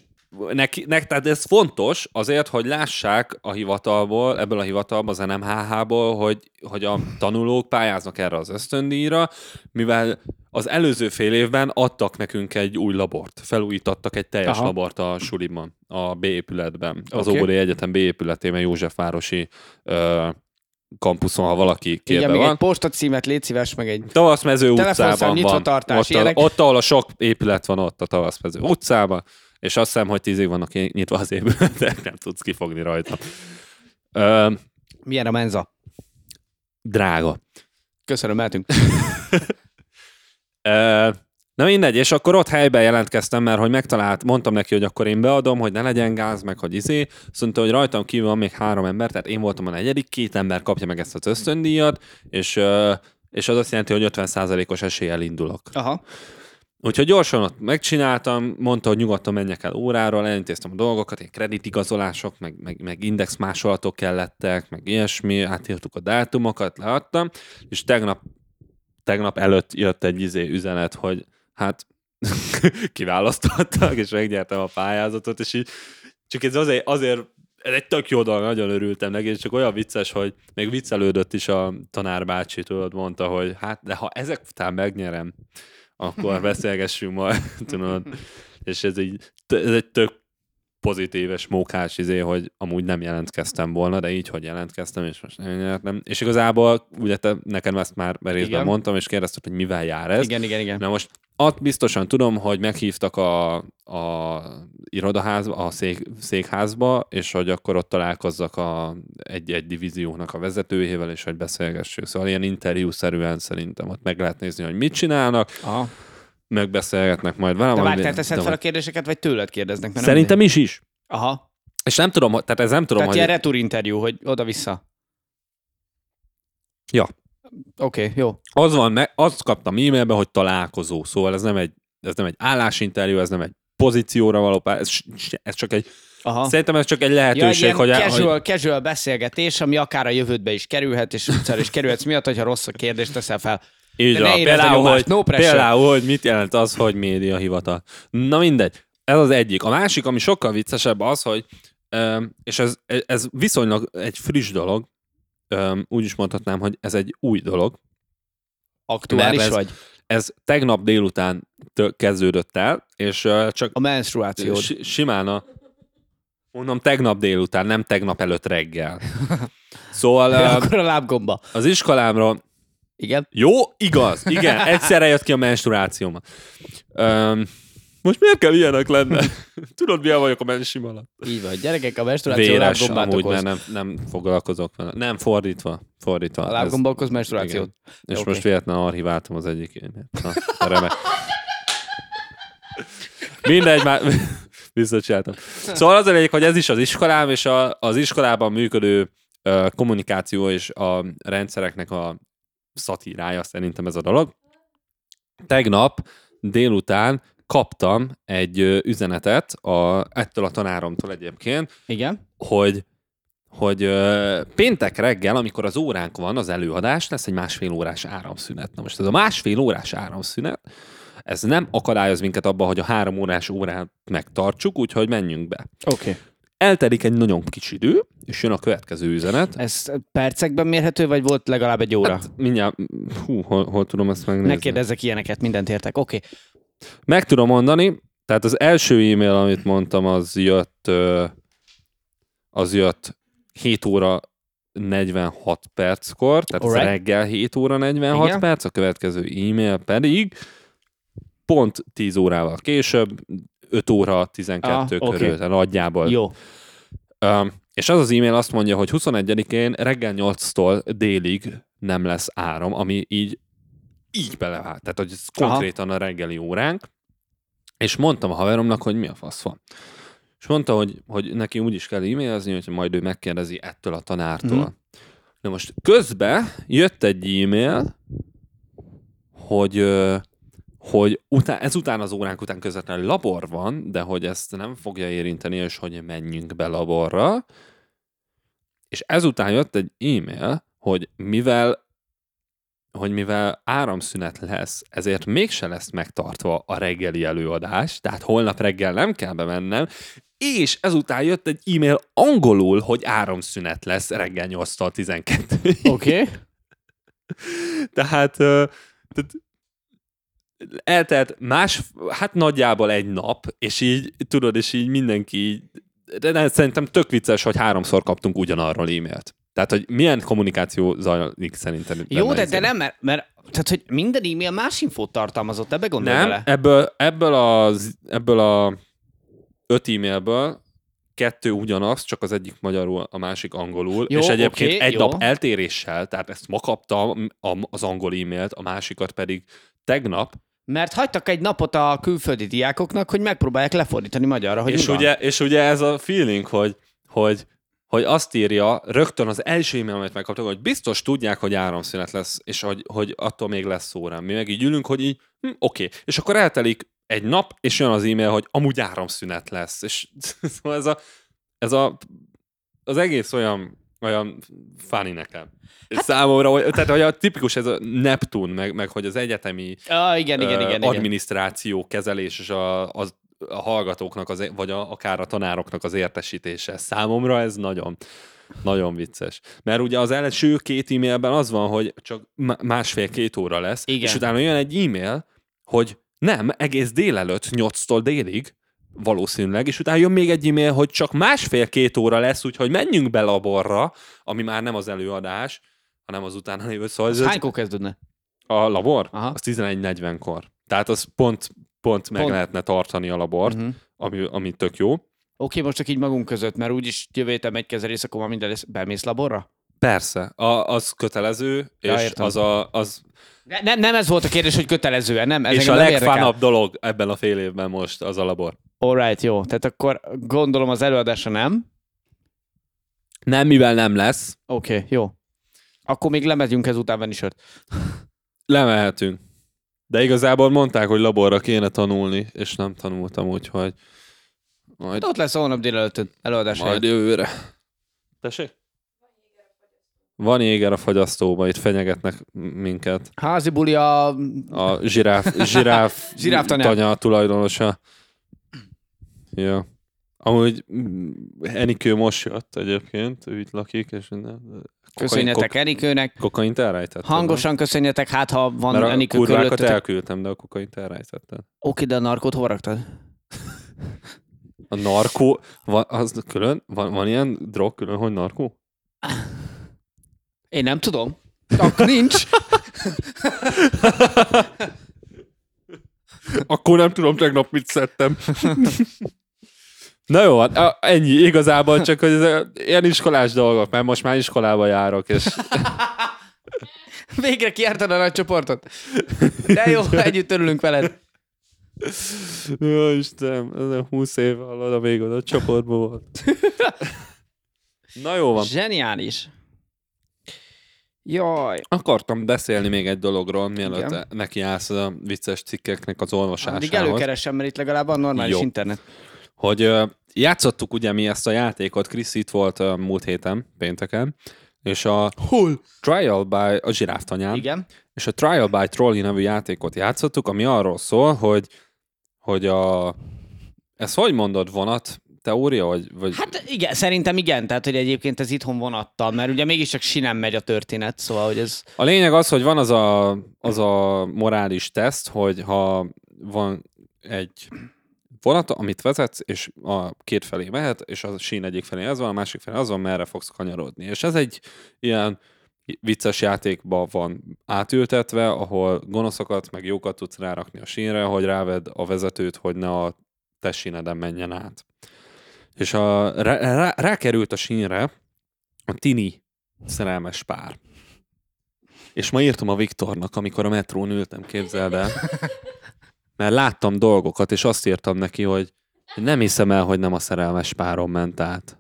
Speaker 2: neki, nek, tehát ez fontos azért, hogy lássák a hivatalból, ebből a hivatalból, az NMHH-ból, hogy, hogy a tanulók pályáznak erre az ösztöndíjra, mivel az előző fél évben adtak nekünk egy új labort, felújítottak egy teljes
Speaker 1: Aha.
Speaker 2: Aha. labort a suliban, a B épületben, az
Speaker 1: Oké.
Speaker 2: okay. Óbori Egyetem B épületében, Józsefvárosi ö, kampuszon, ha valaki
Speaker 1: Igen,
Speaker 2: képbe
Speaker 1: még
Speaker 2: van.
Speaker 1: egy postacímet, légy szíves, meg egy...
Speaker 2: Tavaszmező
Speaker 1: Telefonszám
Speaker 2: utcában
Speaker 1: nyitva
Speaker 2: van.
Speaker 1: tartás,
Speaker 2: ott, a,
Speaker 1: ilyenek.
Speaker 2: ott, ahol a sok épület van, ott a Tavaszmező utcában, és azt hiszem, hogy tízig vannak nyitva az épületek, nem tudsz kifogni rajta. Ö,
Speaker 1: Milyen a menza?
Speaker 2: drága.
Speaker 1: Köszönöm, mehetünk.
Speaker 2: Ö, Na mindegy, és akkor ott helyben jelentkeztem, mert hogy megtalált, mondtam neki, hogy akkor én beadom, hogy ne legyen gáz, meg hogy izé. Azt mondta, hogy rajtam kívül van még három ember, tehát én voltam a negyedik, két ember kapja meg ezt az ösztöndíjat, és, ö, és az azt jelenti, hogy 50%-os eséllyel indulok.
Speaker 1: Aha.
Speaker 2: Úgyhogy gyorsan ott megcsináltam, mondta, hogy nyugodtan menjek el óráról, elintéztem a dolgokat, ilyen kreditigazolások, meg, meg, meg indexmásolatok kellettek, meg ilyesmi, átírtuk a dátumokat, leadtam, és tegnap, tegnap előtt jött egy izé üzenet, hogy hát *laughs* kiválasztottak, és megnyertem a pályázatot, és így csak ez azért, azért ez egy tök jó dolog, nagyon örültem neki, és csak olyan vicces, hogy még viccelődött is a tanár bácsi, tudod, mondta, hogy hát, de ha ezek után megnyerem, akkor beszélgessünk majd, *laughs* tudod. És ez egy, ez egy tök pozitíves mókás izé, hogy amúgy nem jelentkeztem volna, de így, hogy jelentkeztem, és most nem nyertem. És igazából, ugye te nekem ezt már részben
Speaker 1: Igen.
Speaker 2: Igen. mondtam, és kérdezted, hogy mivel jár ez.
Speaker 1: Igen, igen, igen.
Speaker 2: Na most azt biztosan tudom, hogy meghívtak a, a irodaházba, a szék, székházba, és hogy akkor ott találkozzak a, egy, egy divíziónak a vezetőjével, és hogy beszélgessünk. Szóval ilyen interjúszerűen szerintem ott meg lehet nézni, hogy mit csinálnak,
Speaker 1: Aha.
Speaker 2: megbeszélgetnek majd velem.
Speaker 1: De
Speaker 2: ami-
Speaker 1: várj, te teszed
Speaker 2: de
Speaker 1: fel a
Speaker 2: vagy-
Speaker 1: kérdéseket, vagy tőled kérdeznek? Mert nem
Speaker 2: Szerintem is is.
Speaker 1: mindegy. Aha.
Speaker 2: És nem tudom, hogy- tehát ez nem tudom,
Speaker 1: Tehát ilyen
Speaker 2: hogy...
Speaker 1: returinterjú, hogy oda-vissza.
Speaker 2: Ja.
Speaker 1: Oké, okay, jó.
Speaker 2: Az van, meg, azt kaptam e-mailbe, hogy találkozó, szóval ez nem egy, ez nem egy állásinterjú, ez nem egy pozícióra való, pár, ez, s- s- ez csak egy
Speaker 1: Aha.
Speaker 2: Szerintem ez csak egy
Speaker 1: Ja, egy
Speaker 2: lehetőség,
Speaker 1: ilyen
Speaker 2: hogy, el-
Speaker 1: casual,
Speaker 2: hogy
Speaker 1: casual beszélgetés, ami akár a jövődbe is kerülhet, és utcára is kerülhetsz miatt, hogyha rossz a kérdést teszel fel.
Speaker 2: így
Speaker 1: De
Speaker 2: van.
Speaker 1: ne érezd a
Speaker 2: Például,
Speaker 1: nyomást,
Speaker 2: hogy,
Speaker 1: no pressure.
Speaker 2: például, hogy mit jelent az, hogy média hivatal. Na mindegy, ez az egyik. A másik, ami sokkal viccesebb az, hogy, öm, és ez, ez viszonylag egy friss dolog, öm, úgy is mondhatnám, hogy ez egy új dolog,
Speaker 1: Aktuális
Speaker 2: Mert ez-
Speaker 1: vagy?
Speaker 2: ez tegnap délután tö- kezdődött el, és ö, csak
Speaker 1: A menstruációd.
Speaker 2: Si- simán a... Mondom, tegnap délután, nem tegnap előtt
Speaker 1: *laughs*
Speaker 2: reggel. Szóval ö,
Speaker 1: Akkor a lábgomba.
Speaker 2: az iskolámra...
Speaker 1: Igen?
Speaker 2: Jó, igaz, igen, egyszerre jött ki a menstruációm. Öm, most miért kell ilyenek lenne? *laughs* Tudod, milyen vagyok a mensim alatt?
Speaker 1: Így van. Gyerekek, a menstruáció
Speaker 2: Véres
Speaker 1: lábgombát
Speaker 2: amúgy,
Speaker 1: okoz.
Speaker 2: mert nem, nem foglalkozok vele. Nem, fordítva. fordítva
Speaker 1: A
Speaker 2: ez-
Speaker 1: lábgomba okoz menstruációt.
Speaker 2: igen. És
Speaker 1: Oké.
Speaker 2: most véletlenül archiváltam az egyik én. Hát, Na, remek. Mindegy, már *laughs* visszacsináltam. Szóval az a lényeg, hogy ez is az iskolám, és a, az iskolában működő ö, kommunikáció és a rendszereknek a szatírája szerintem ez a dolog. Tegnap délután kaptam egy ö, üzenetet a, ettől a tanáromtól egyébként,
Speaker 1: Igen?
Speaker 2: hogy hogy ö, péntek reggel, amikor az óránk van, az előadás, lesz egy másfél órás áramszünet. Na most ez a másfél órás áramszünet, ez nem akadályoz minket abban, hogy a három órás órát megtartsuk, úgyhogy menjünk be.
Speaker 1: Oké. Okay.
Speaker 2: Eltelik egy nagyon kicsi idő, és jön a következő üzenet.
Speaker 1: Ez percekben mérhető, vagy volt legalább egy óra?
Speaker 2: Hát mindjárt, hú, hol, hol tudom ezt megnézni?
Speaker 1: ne kérdezzek ilyeneket, mindent értek. Oké. Okay.
Speaker 2: Meg tudom mondani, tehát az első e-mail, amit mondtam, az jött, ö, az jött 7 óra 46 perckor, tehát right.
Speaker 1: Alright.
Speaker 2: reggel 7 óra 46 Igen.
Speaker 1: Igen.
Speaker 2: perc, a következő e-mail pedig pont 10 órával később, 5 óra 12
Speaker 1: Ah,
Speaker 2: ah,
Speaker 1: oké.
Speaker 2: körül, okay. nagyjából.
Speaker 1: Jó.
Speaker 2: Um, és az az e-mail azt mondja, hogy 21-én reggel 8-tól délig nem lesz áram, ami így így belevált. Tehát, hogy ez
Speaker 1: Aha.
Speaker 2: konkrétan a reggeli óránk. És mondtam a haveromnak, hogy mi a fasz van. És mondta, hogy, hogy neki úgy is kell e-mailezni, hogy majd ő megkérdezi ettől a tanártól.
Speaker 1: Mhm.
Speaker 2: Mm. Na most közben jött egy e-mail, hogy, ö, hogy után, ezután az óránk után közvetlen labor van, de hogy ezt nem fogja érinteni, és hogy menjünk be laborra. És ezután jött egy e-mail, hogy mivel hogy mivel áramszünet lesz, ezért mégse lesz megtartva a reggeli előadás, tehát holnap reggel nem kell bemennem, és ezután jött egy e-mail angolul, hogy áramszünet lesz reggel 8-tól 12
Speaker 1: Oké. Okay.
Speaker 2: tehát, ö, tehát eltelt más, hát nagyjából egy nap, és így, tudod, és így mindenki így, de, de szerintem tök vicces, hogy háromszor kaptunk ugyanarról e-mailt. Tehát, hogy milyen kommunikáció zajlik szerintem.
Speaker 1: Jó,
Speaker 2: benne
Speaker 1: de,
Speaker 2: ez?
Speaker 1: de nem, mert, mert tehát, hogy minden e-mail más infót tartalmazott, ebbe gondolj
Speaker 2: Nem,
Speaker 1: bele.
Speaker 2: ebből, ebből, az, ebből a öt e-mailből kettő ugyanaz, csak az egyik magyarul, a másik angolul,
Speaker 1: Jó,
Speaker 2: és egyébként
Speaker 1: oké,
Speaker 2: egy
Speaker 1: jó.
Speaker 2: nap eltéréssel, tehát ezt ma kaptam a- az angol e-mailt, a másikat pedig tegnap,
Speaker 1: Mert hagytak egy napot a külföldi diákoknak, hogy megpróbálják lefordítani magyarra, hogy
Speaker 2: és
Speaker 1: mi van.
Speaker 2: ugye, és ugye ez a feeling, hogy, hogy, hogy azt írja rögtön az első e-mail, amit megkaptak, hogy biztos tudják, hogy áramszünet lesz, és hogy, hogy attól még lesz órán. Mi meg így ülünk, hogy így, hm, oké. Okay. És akkor eltelik egy nap, és jön az e-mail, hogy amúgy áramszünet lesz. És *laughs* szóval ez a, ez a, az egész olyan, olyan fáni nekem. Hát, számomra, hogy, tehát hogy a tipikus ez a Neptun, meg, meg hogy az egyetemi
Speaker 1: Ah, igen, igen,
Speaker 2: ö,
Speaker 1: igen, igen.
Speaker 2: adminisztráció, kezelés és a, az, a hallgatóknak, az, vagy a, akár a tanároknak az értesítése. Számomra ez nagyon, nagyon vicces. Mert ugye az első két e-mailben az van, hogy csak má- másfél-két óra lesz,
Speaker 1: Igen.
Speaker 2: és utána jön egy e-mail, hogy nem, egész délelőtt, 8-tól délig, valószínűleg, és utána jön még egy e-mail, hogy csak másfél-két óra lesz, úgyhogy menjünk be laborra, ami már nem az előadás, hanem az utána lévő szóval ez-
Speaker 1: Hánykor kezdődne?
Speaker 2: a labor? Aha.
Speaker 1: Aha.
Speaker 2: Az 11.40-kor. Tehát az pont, pont Mhm. meg
Speaker 1: Pont.
Speaker 2: lehetne tartani a labort,
Speaker 1: Uh-huh.
Speaker 2: ami, ami tök jó.
Speaker 1: Oké, most csak így magunk között, mert úgyis jövő héten megy kezel éjszakon, már minden lesz. Bemész laborra?
Speaker 2: Persze, a, az kötelező,
Speaker 1: Ja,
Speaker 2: és
Speaker 1: értem.
Speaker 2: az a, az,
Speaker 1: Ne, nem, nem ez volt a kérdés, hogy kötelezően, nem? Ez
Speaker 2: és a
Speaker 1: engem nem érdekel.
Speaker 2: legfánabb dolog ebben a fél évben most az a labor.
Speaker 1: Alright, jó. Tehát akkor gondolom az előadása nem.
Speaker 2: Nem, mivel nem lesz,
Speaker 1: Oké, okay, jó. Akkor még lemegyünk ezután venni sört.
Speaker 2: lemehetünk. De igazából mondták, hogy laborra kéne tanulni, és nem tanultam, úgyhogy Majd,
Speaker 1: De ott lesz a hónap délelőttön előadás
Speaker 2: majd
Speaker 1: helyett.
Speaker 2: jövőre. Tessék? Van éger a fagyasztóba, itt fenyegetnek m- minket.
Speaker 1: Házi buli a...
Speaker 2: A zsiráf,
Speaker 1: *laughs*
Speaker 2: zsiráf,
Speaker 1: Zsiráf tanya.
Speaker 2: tanya tulajdonosa. Ja. Amúgy mm, Enikő most jött egyébként, ő itt lakik, és minden.
Speaker 1: Köszönjetek
Speaker 2: Kokain,
Speaker 1: Enikőnek.
Speaker 2: kok- kokaint elrejtetted. nem?
Speaker 1: Hangosan köszönjetek, hát ha van
Speaker 2: Mert a
Speaker 1: Enikő
Speaker 2: kurvákat
Speaker 1: körülöttetek.
Speaker 2: elküldtem, de a kokaint elrejtetted.
Speaker 1: Oké, de a narkót hova raktad?
Speaker 2: A narkó, van, az külön? Van, van ilyen drog külön, hogy narkó?
Speaker 1: Én nem tudom. Ak, nincs.
Speaker 2: Akkor nem tudom, tegnap mit szedtem. Na jó, hát, a- ennyi. Igazából csak, hogy ez ilyen iskolás dolgok, mert most már iskolába járok, és
Speaker 1: *laughs* Végre kiártad a nagy csoportot. De *laughs* jó, együtt örülünk veled.
Speaker 2: jó Istenem, ez a 20 év alatt még oda a csoportban volt. Na jó van.
Speaker 1: Zseniális. Jaj.
Speaker 2: Akartam beszélni még egy dologról, mielőtt
Speaker 1: Igen.
Speaker 2: neki állsz a vicces cikkeknek az
Speaker 1: Addig
Speaker 2: olvasásához.
Speaker 1: előkeresem, mert itt legalább van normális
Speaker 2: Jó.
Speaker 1: internet.
Speaker 2: hogy ö, játszottuk ugye mi ezt a játékot, Krisz itt volt ö, múlt héten, pénteken, és a
Speaker 1: Hol?
Speaker 2: Trial by a zsiráftanyám,
Speaker 1: Igen.
Speaker 2: és a Trial by Trolley nevű játékot játszottuk, ami arról szól, hogy, hogy a, ezt hogy mondod, vonat teória, vagy, vagy hát,
Speaker 1: Hát igen, szerintem igen, tehát hogy egyébként ez itthon vonattal, mert ugye mégiscsak sinem megy a történet, szóval hogy ez...
Speaker 2: A lényeg az, hogy van az a, az a morális teszt, hogy ha van egy vonat, amit vezetsz, és a két felé mehet, és a sín egyik felé az van, a másik felé az van, merre fogsz kanyarodni. És ez egy ilyen vicces játékba van átültetve, ahol gonoszokat, meg jókat tudsz rárakni a sínre, hogy ráved a vezetőt, hogy ne a te síneden menjen át. És a, rá, rá, rákerült a sínre a tini szerelmes pár. És ma írtam a Viktornak, amikor a metrón ültem, képzeld el. Mert láttam dolgokat, és azt írtam neki, hogy nem hiszem el, hogy nem a szerelmes párom ment át.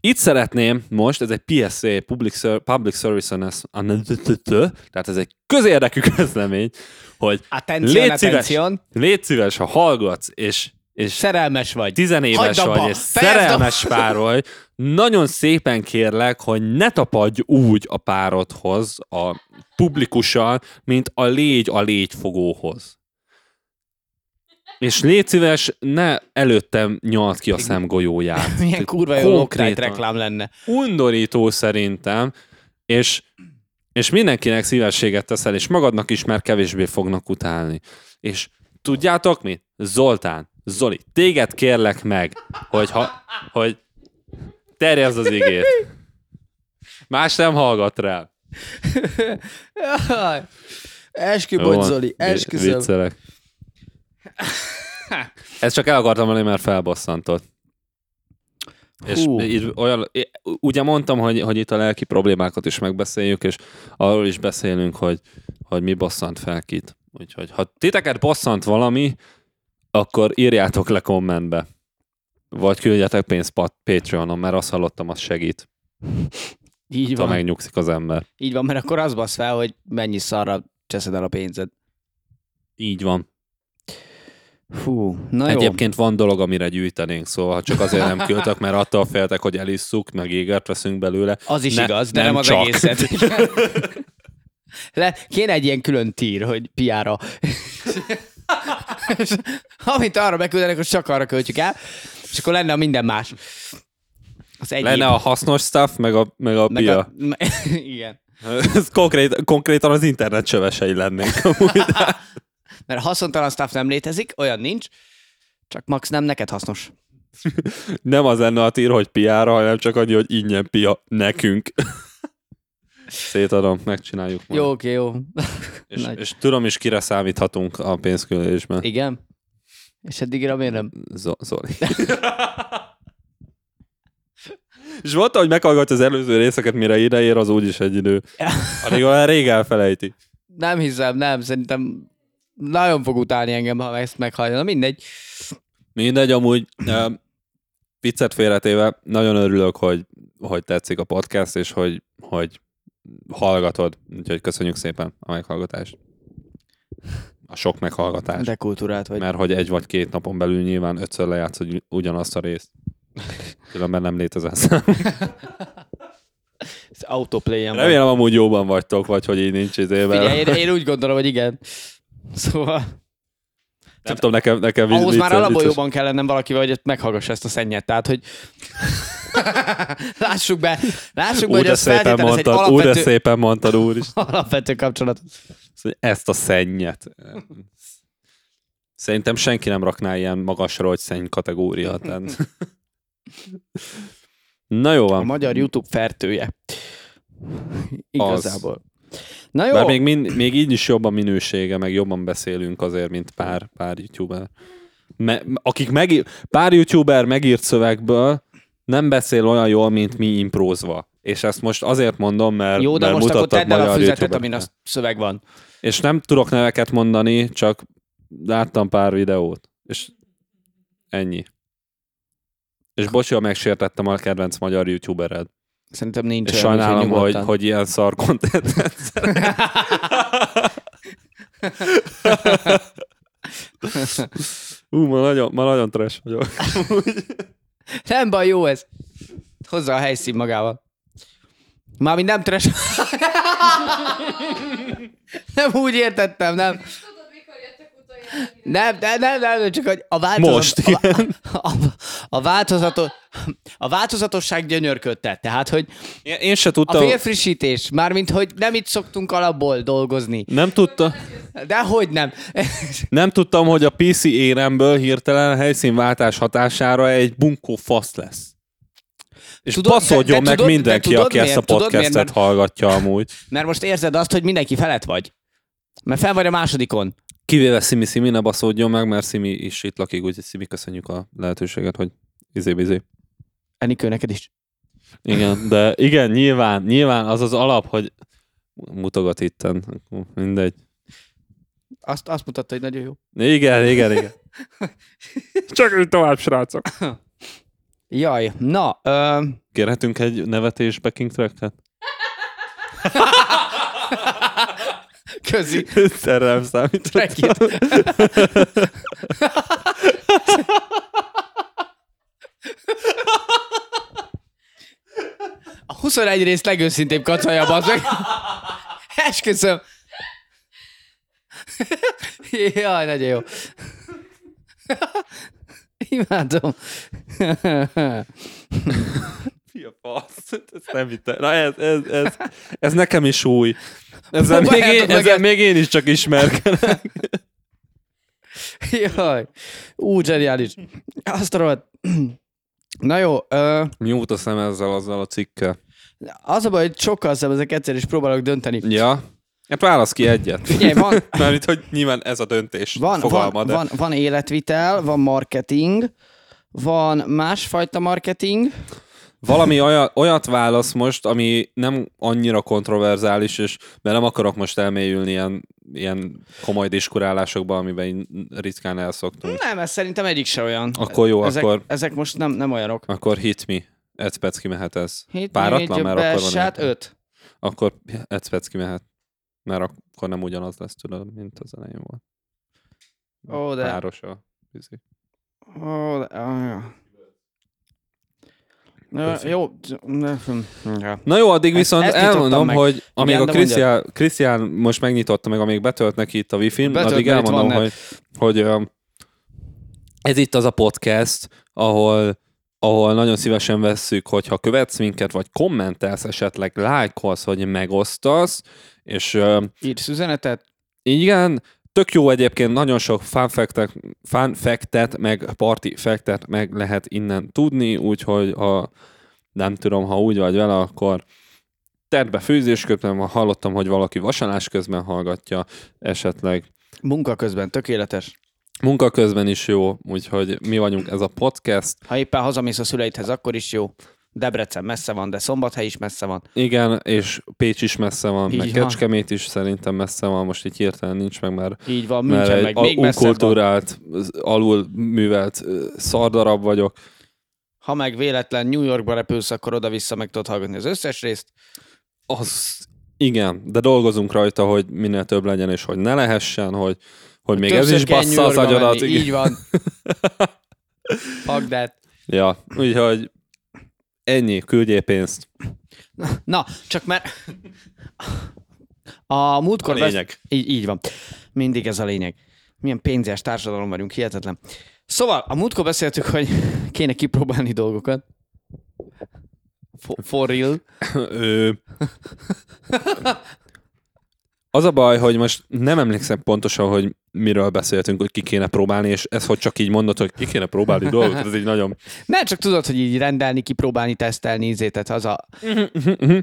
Speaker 2: Itt szeretném most, ez egy PSA, Public, Ser- Public Service Announcement, tehát ez egy közérdekű *laughs* közlemény, hogy
Speaker 1: Attention,
Speaker 2: Légy szíves!
Speaker 1: attention,
Speaker 2: légy szíves, ha hallgatsz, és, és
Speaker 1: szerelmes vagy.
Speaker 2: tizenéves
Speaker 1: Hagyd abba!
Speaker 2: vagy, és
Speaker 1: Fejezd abba!
Speaker 2: szerelmes pár vagy, nagyon szépen kérlek, hogy ne tapadj úgy a párodhoz, a publikussal, mint a légy a légyfogóhoz. És légy szíves, ne előttem nyalt ki a szemgolyóját.
Speaker 1: Milyen kurva jó
Speaker 2: Konkrétan.
Speaker 1: loptájt reklám lenne.
Speaker 2: Undorító szerintem, és, és mindenkinek szívességet teszel, és magadnak is már kevésbé fognak utálni. És tudjátok mi? Zoltán, Zoli, téged kérlek meg, hogy, ha, hogy terjezd az igét. Más nem hallgat rá.
Speaker 1: Jaj. Esküvöd,
Speaker 2: Jó van,
Speaker 1: Zoli,
Speaker 2: vi-
Speaker 1: esküszöm. *laughs*
Speaker 2: Viccelek. Ezt csak el akartam mondani, mert felbosszantott. És
Speaker 1: Hú.
Speaker 2: így olyan, ugye mondtam, hogy, hogy itt a lelki problémákat is megbeszéljük, és arról is beszélünk, hogy, hogy mi bosszant fel kit. Úgyhogy ha titeket bosszant valami, akkor írjátok le kommentbe. Vagy küldjetek pénzt pat- Patreonon, mert azt hallottam, az segít.
Speaker 1: Így
Speaker 2: Ha
Speaker 1: van.
Speaker 2: megnyugszik az ember.
Speaker 1: Így van, mert akkor az basz fel, hogy mennyi szarra cseszed el a pénzed.
Speaker 2: Így van.
Speaker 1: Fú, na jó.
Speaker 2: Egyébként van dolog, amire gyűjtenénk, szóval ha csak azért nem küldtek, mert attól féltek, hogy elisszuk, meg égert veszünk belőle.
Speaker 1: Az is
Speaker 2: Ne-
Speaker 1: igaz, de nem,
Speaker 2: nem
Speaker 1: az
Speaker 2: csak. *laughs*
Speaker 1: egészet. Le, kéne egy ilyen külön tír, hogy piára. És Amint arra beküldenek, hogy csak arra költjük el, és akkor lenne a minden más. Az egyéb.
Speaker 2: Lenne a hasznos stuff, meg a, meg a
Speaker 1: Meg
Speaker 2: pia.
Speaker 1: a- me- *laughs* Igen.
Speaker 2: Ez konkrét, konkrétan az internet csövesei lennénk. *laughs* Amúgy.
Speaker 1: Mert haszontalan staff nem létezik, olyan nincs, csak max nem neked hasznos.
Speaker 2: Nem az lenne a tír, hogy piára, hanem csak annyi, hogy ingyen pia nekünk. Szétadom, megcsináljuk majd.
Speaker 1: Jó, oké, jó.
Speaker 2: *laughs* és,
Speaker 1: nagy.
Speaker 2: és, tudom is, kire számíthatunk a pénzküldésben.
Speaker 1: Igen. És eddigre miért nem?
Speaker 2: Zo- Zoli. *laughs* És mondta, hogy meghallgatja az előző részeket, mire ideér, az úgyis egy idő. Addig olyan rég elfelejti.
Speaker 1: Nem hiszem, nem. Szerintem nagyon fog utálni engem, ha ezt meghallja. Na mindegy.
Speaker 2: Mindegy, amúgy eh, viccet félretéve nagyon örülök, hogy, hogy tetszik a podcast, és hogy, hogy hallgatod. Úgyhogy köszönjük szépen a meghallgatást. a sok meghallgatás. De
Speaker 1: De kultúrát vagy.
Speaker 2: Mert hogy egy vagy két napon belül nyilván ötször lejátszod ugy- ugyanazt a *laughs* részt. Különben nem létezel szám.
Speaker 1: Ez autoplay-en van.
Speaker 2: Remélem amúgy jóban vagytok, vagy hogy így nincs izével.
Speaker 1: Figyelj, én, én úgy gondolom, hogy igen. Szóval
Speaker 2: Nem tudom, nekem, nekem
Speaker 1: ahhoz
Speaker 2: vicces-
Speaker 1: már alapból
Speaker 2: vicces-
Speaker 1: jobban kell lennem valakivel, hogy meghallgassa ezt a szennyet. Tehát, hogy *laughs* lássuk be, lássuk be,
Speaker 2: Úgy
Speaker 1: hogy
Speaker 2: de
Speaker 1: ez
Speaker 2: szépen
Speaker 1: feltételez egy
Speaker 2: mondtad, alapvető... úgy de
Speaker 1: alapvető,
Speaker 2: szépen mondtad, úr is.
Speaker 1: *laughs* alapvető kapcsolatot.
Speaker 2: Ezt a szennyet. Szerintem senki nem rakná ilyen magasra, hogy szenny kategória.
Speaker 1: *laughs*
Speaker 2: Tehát... Na jó
Speaker 1: A
Speaker 2: van.
Speaker 1: magyar YouTube fertője. Igazából. Na jó,
Speaker 2: Bár még, mind, még így is jobb a minősége, meg jobban beszélünk azért, mint pár, pár youtuber. Me, akik megír, pár youtuber megírt szövegből nem beszél olyan jól, mint mi imprózva. És ezt most azért mondom, mert
Speaker 1: jó, de
Speaker 2: mert
Speaker 1: most akkor
Speaker 2: mutattak
Speaker 1: tedd el a
Speaker 2: magyar
Speaker 1: füzetet,
Speaker 2: youtubereket.
Speaker 1: amin a szöveg van.
Speaker 2: És nem tudok neveket mondani, csak láttam pár videót. És ennyi. És bocsi, ha megsértettem a kedvenc magyar youtubered.
Speaker 1: Szerintem nincs
Speaker 2: És
Speaker 1: olyan, úgyhogy
Speaker 2: sajnálom, hogy,
Speaker 1: nyugodtan.
Speaker 2: hogy ilyen szar kontentet Ú, ma nagyon, ma nagyon trash vagyok.
Speaker 1: Hát Nem baj, jó ez. Hozzá a helyszín magával. Mármint nem trash. *laughs* nem úgy értettem, nem.
Speaker 3: Tudod, mikor jöttek utoljára?
Speaker 1: Nem, nem, nem, nem csak hogy a változat...
Speaker 2: Most,
Speaker 1: a, a, a, változatos, a változatosság gyönyörködtet. Tehát, hogy
Speaker 2: Én, én se
Speaker 1: a
Speaker 2: tudtam,
Speaker 1: félfrissítés, mármint, hogy nem itt szoktunk alapból dolgozni.
Speaker 2: nem, tudta,
Speaker 1: Dehogy nem.
Speaker 2: nem tudtam, hogy a PC éremből hirtelen helyszínváltás hatására egy bunkó fasz lesz. És
Speaker 1: Tudod,
Speaker 2: tudod,
Speaker 1: de-
Speaker 2: passzoljon
Speaker 1: de
Speaker 2: meg
Speaker 1: tudod- de
Speaker 2: mindenki,
Speaker 1: tudod
Speaker 2: aki ezt a
Speaker 1: miért? Tudod miért?
Speaker 2: podcastet
Speaker 1: Mert-
Speaker 2: hallgatja amúgy.
Speaker 1: Mert most érzed azt, hogy mindenki felett vagy. Mert fel vagy a másodikon.
Speaker 2: Kivéve Simi, Simi ne baszódjon meg, mert Simi is itt lakik, úgyhogy Simi köszönjük a lehetőséget, hogy izé, izé-bizé.
Speaker 1: Enikő, neked is.
Speaker 2: Igen, de igen, nyilván, nyilván az az alap, hogy mutogat itten, mindegy.
Speaker 1: Azt, azt mutatta, hogy nagyon jó.
Speaker 2: Igen, igen, igen. *laughs* Csak így tovább, srácok.
Speaker 1: Jaj, na, ö,
Speaker 2: Kérhetünk egy nevetés backing tracket?
Speaker 1: közi.
Speaker 2: Erre nem számítottam.
Speaker 1: Trekit. A 21 rész legőszintébb kacaja, bazd meg. Esküszöm. Jaj, nagyon jó. Imádom.
Speaker 2: Fia fasz, ez nem hitte. Na ez, ez, ez, ez nekem is új. Ezzel, még
Speaker 1: Próbáljátok
Speaker 2: én,
Speaker 1: meg
Speaker 2: ezzel
Speaker 1: ezt.
Speaker 2: még én is csak ismerkedem.
Speaker 1: Jaj. Ú, zseniális. Azt a rohadt. Na jó, ö,
Speaker 2: Mi út a szem ezzel, azzal a cikkel?
Speaker 1: az a baj, hogy sokkal szem ezek egyszer is próbálok dönteni.
Speaker 2: Ja. Hát válasz ki egyet.
Speaker 1: Figyelj, van,
Speaker 2: Mert itt, hogy nyilván ez a döntés
Speaker 1: Van,
Speaker 2: fogalma,
Speaker 1: van,
Speaker 2: de...
Speaker 1: van, van életvitel, van marketing, van másfajta marketing.
Speaker 2: Valami olyat, olyat válasz most, ami nem annyira kontroverzális, és mert nem akarok most elmélyülni ilyen, ilyen komoly diskurálásokba, amiben így ritkán elszoktunk.
Speaker 1: Nem, ez szerintem egyik se olyan.
Speaker 2: Akkor jó,
Speaker 1: ezek,
Speaker 2: akkor-
Speaker 1: Ezek most nem, nem olyanok.
Speaker 2: Akkor hit me. Egy perc kimehet ez.
Speaker 1: Hét
Speaker 2: Páratlan, mert akkor van
Speaker 1: hát
Speaker 2: ilyen.
Speaker 1: öt.
Speaker 2: Akkor egy perc kimehet. Mert akkor nem ugyanaz lesz, tudod, mint az elején volt.
Speaker 1: Ó, de-
Speaker 2: Páros a vízi.
Speaker 1: Ó, de- ah, jó. Ö,
Speaker 2: Köszi.
Speaker 1: Jó. ne- hm, ja.
Speaker 2: Na jó, addig
Speaker 1: Ezt-
Speaker 2: viszont
Speaker 1: ezt nyitottam
Speaker 2: elmondom,
Speaker 1: meg.
Speaker 2: hogy amíg
Speaker 1: Igen,
Speaker 2: a
Speaker 1: de
Speaker 2: Krisztián, Krisztián most megnyitotta meg, amíg betölt neki itt a wifi-n,
Speaker 1: Betölt,
Speaker 2: addig
Speaker 1: mert itt
Speaker 2: elmondom,
Speaker 1: van
Speaker 2: hogy, hogy öm, ez itt az a podcast, ahol ahol nagyon szívesen vesszük, hogyha követsz minket, vagy kommentelsz, esetleg lájkolsz, vagy megosztasz, és öm,
Speaker 1: Írsz üzenetet.
Speaker 2: igen, tök jó egyébként, nagyon sok fun fact-et, fun fact-et, meg party fact-et meg lehet innen tudni, úgyhogy ha nem tudom, ha úgy vagy vele, akkor tedd be főzés közben, ha hallottam, hogy valaki vasalás közben hallgatja, esetleg
Speaker 1: Munka közben, tökéletes.
Speaker 2: munka közben is jó, úgyhogy mi vagyunk ez a podcast.
Speaker 1: Ha éppen hazamész a szüleidhez, akkor is jó. Debrecen messze van, de Szombathely is messze van.
Speaker 2: Igen, és Pécs is messze van, meg
Speaker 1: Így van.
Speaker 2: Kecskemét is szerintem messze van, most így hirtelen nincs meg, mert
Speaker 1: Így van,
Speaker 2: mert
Speaker 1: München
Speaker 2: egy
Speaker 1: meg még messzebb van.
Speaker 2: unkulturált, alul művelt szardarab vagyok.
Speaker 1: Ha meg véletlen New Yorkba repülsz, akkor oda-vissza meg tudod hallgatni az összes részt.
Speaker 2: Az igen, de dolgozunk rajta, hogy minél több legyen, és hogy ne lehessen, hogy, hogy még ez
Speaker 1: Többször
Speaker 2: is
Speaker 1: kell
Speaker 2: bassza az
Speaker 1: New Yorkba
Speaker 2: agyadat.
Speaker 1: menni.
Speaker 2: igen.
Speaker 1: Így
Speaker 2: *laughs*
Speaker 1: van. Fuck that.
Speaker 2: Ja, úgyhogy ennyi, küldjél pénzt.
Speaker 1: Na, csak mert a múltkor...
Speaker 2: A
Speaker 1: besz-
Speaker 2: lényeg.
Speaker 1: Így, így van. Mindig ez a lényeg. Milyen pénzes társadalom vagyunk, hihetetlen. Szóval, a múltkor beszéltük, hogy kéne kipróbálni dolgokat. For, for real.
Speaker 2: Ö... Az a baj, hogy most nem emlékszem pontosan, hogy miről beszéltünk, hogy ki kéne próbálni, és ez, hogy csak így mondod, hogy ki kéne próbálni dolgot, ez így nagyon...
Speaker 1: Nem csak tudod, hogy így rendelni, kipróbálni, tesztelni, ízét, tehát az a...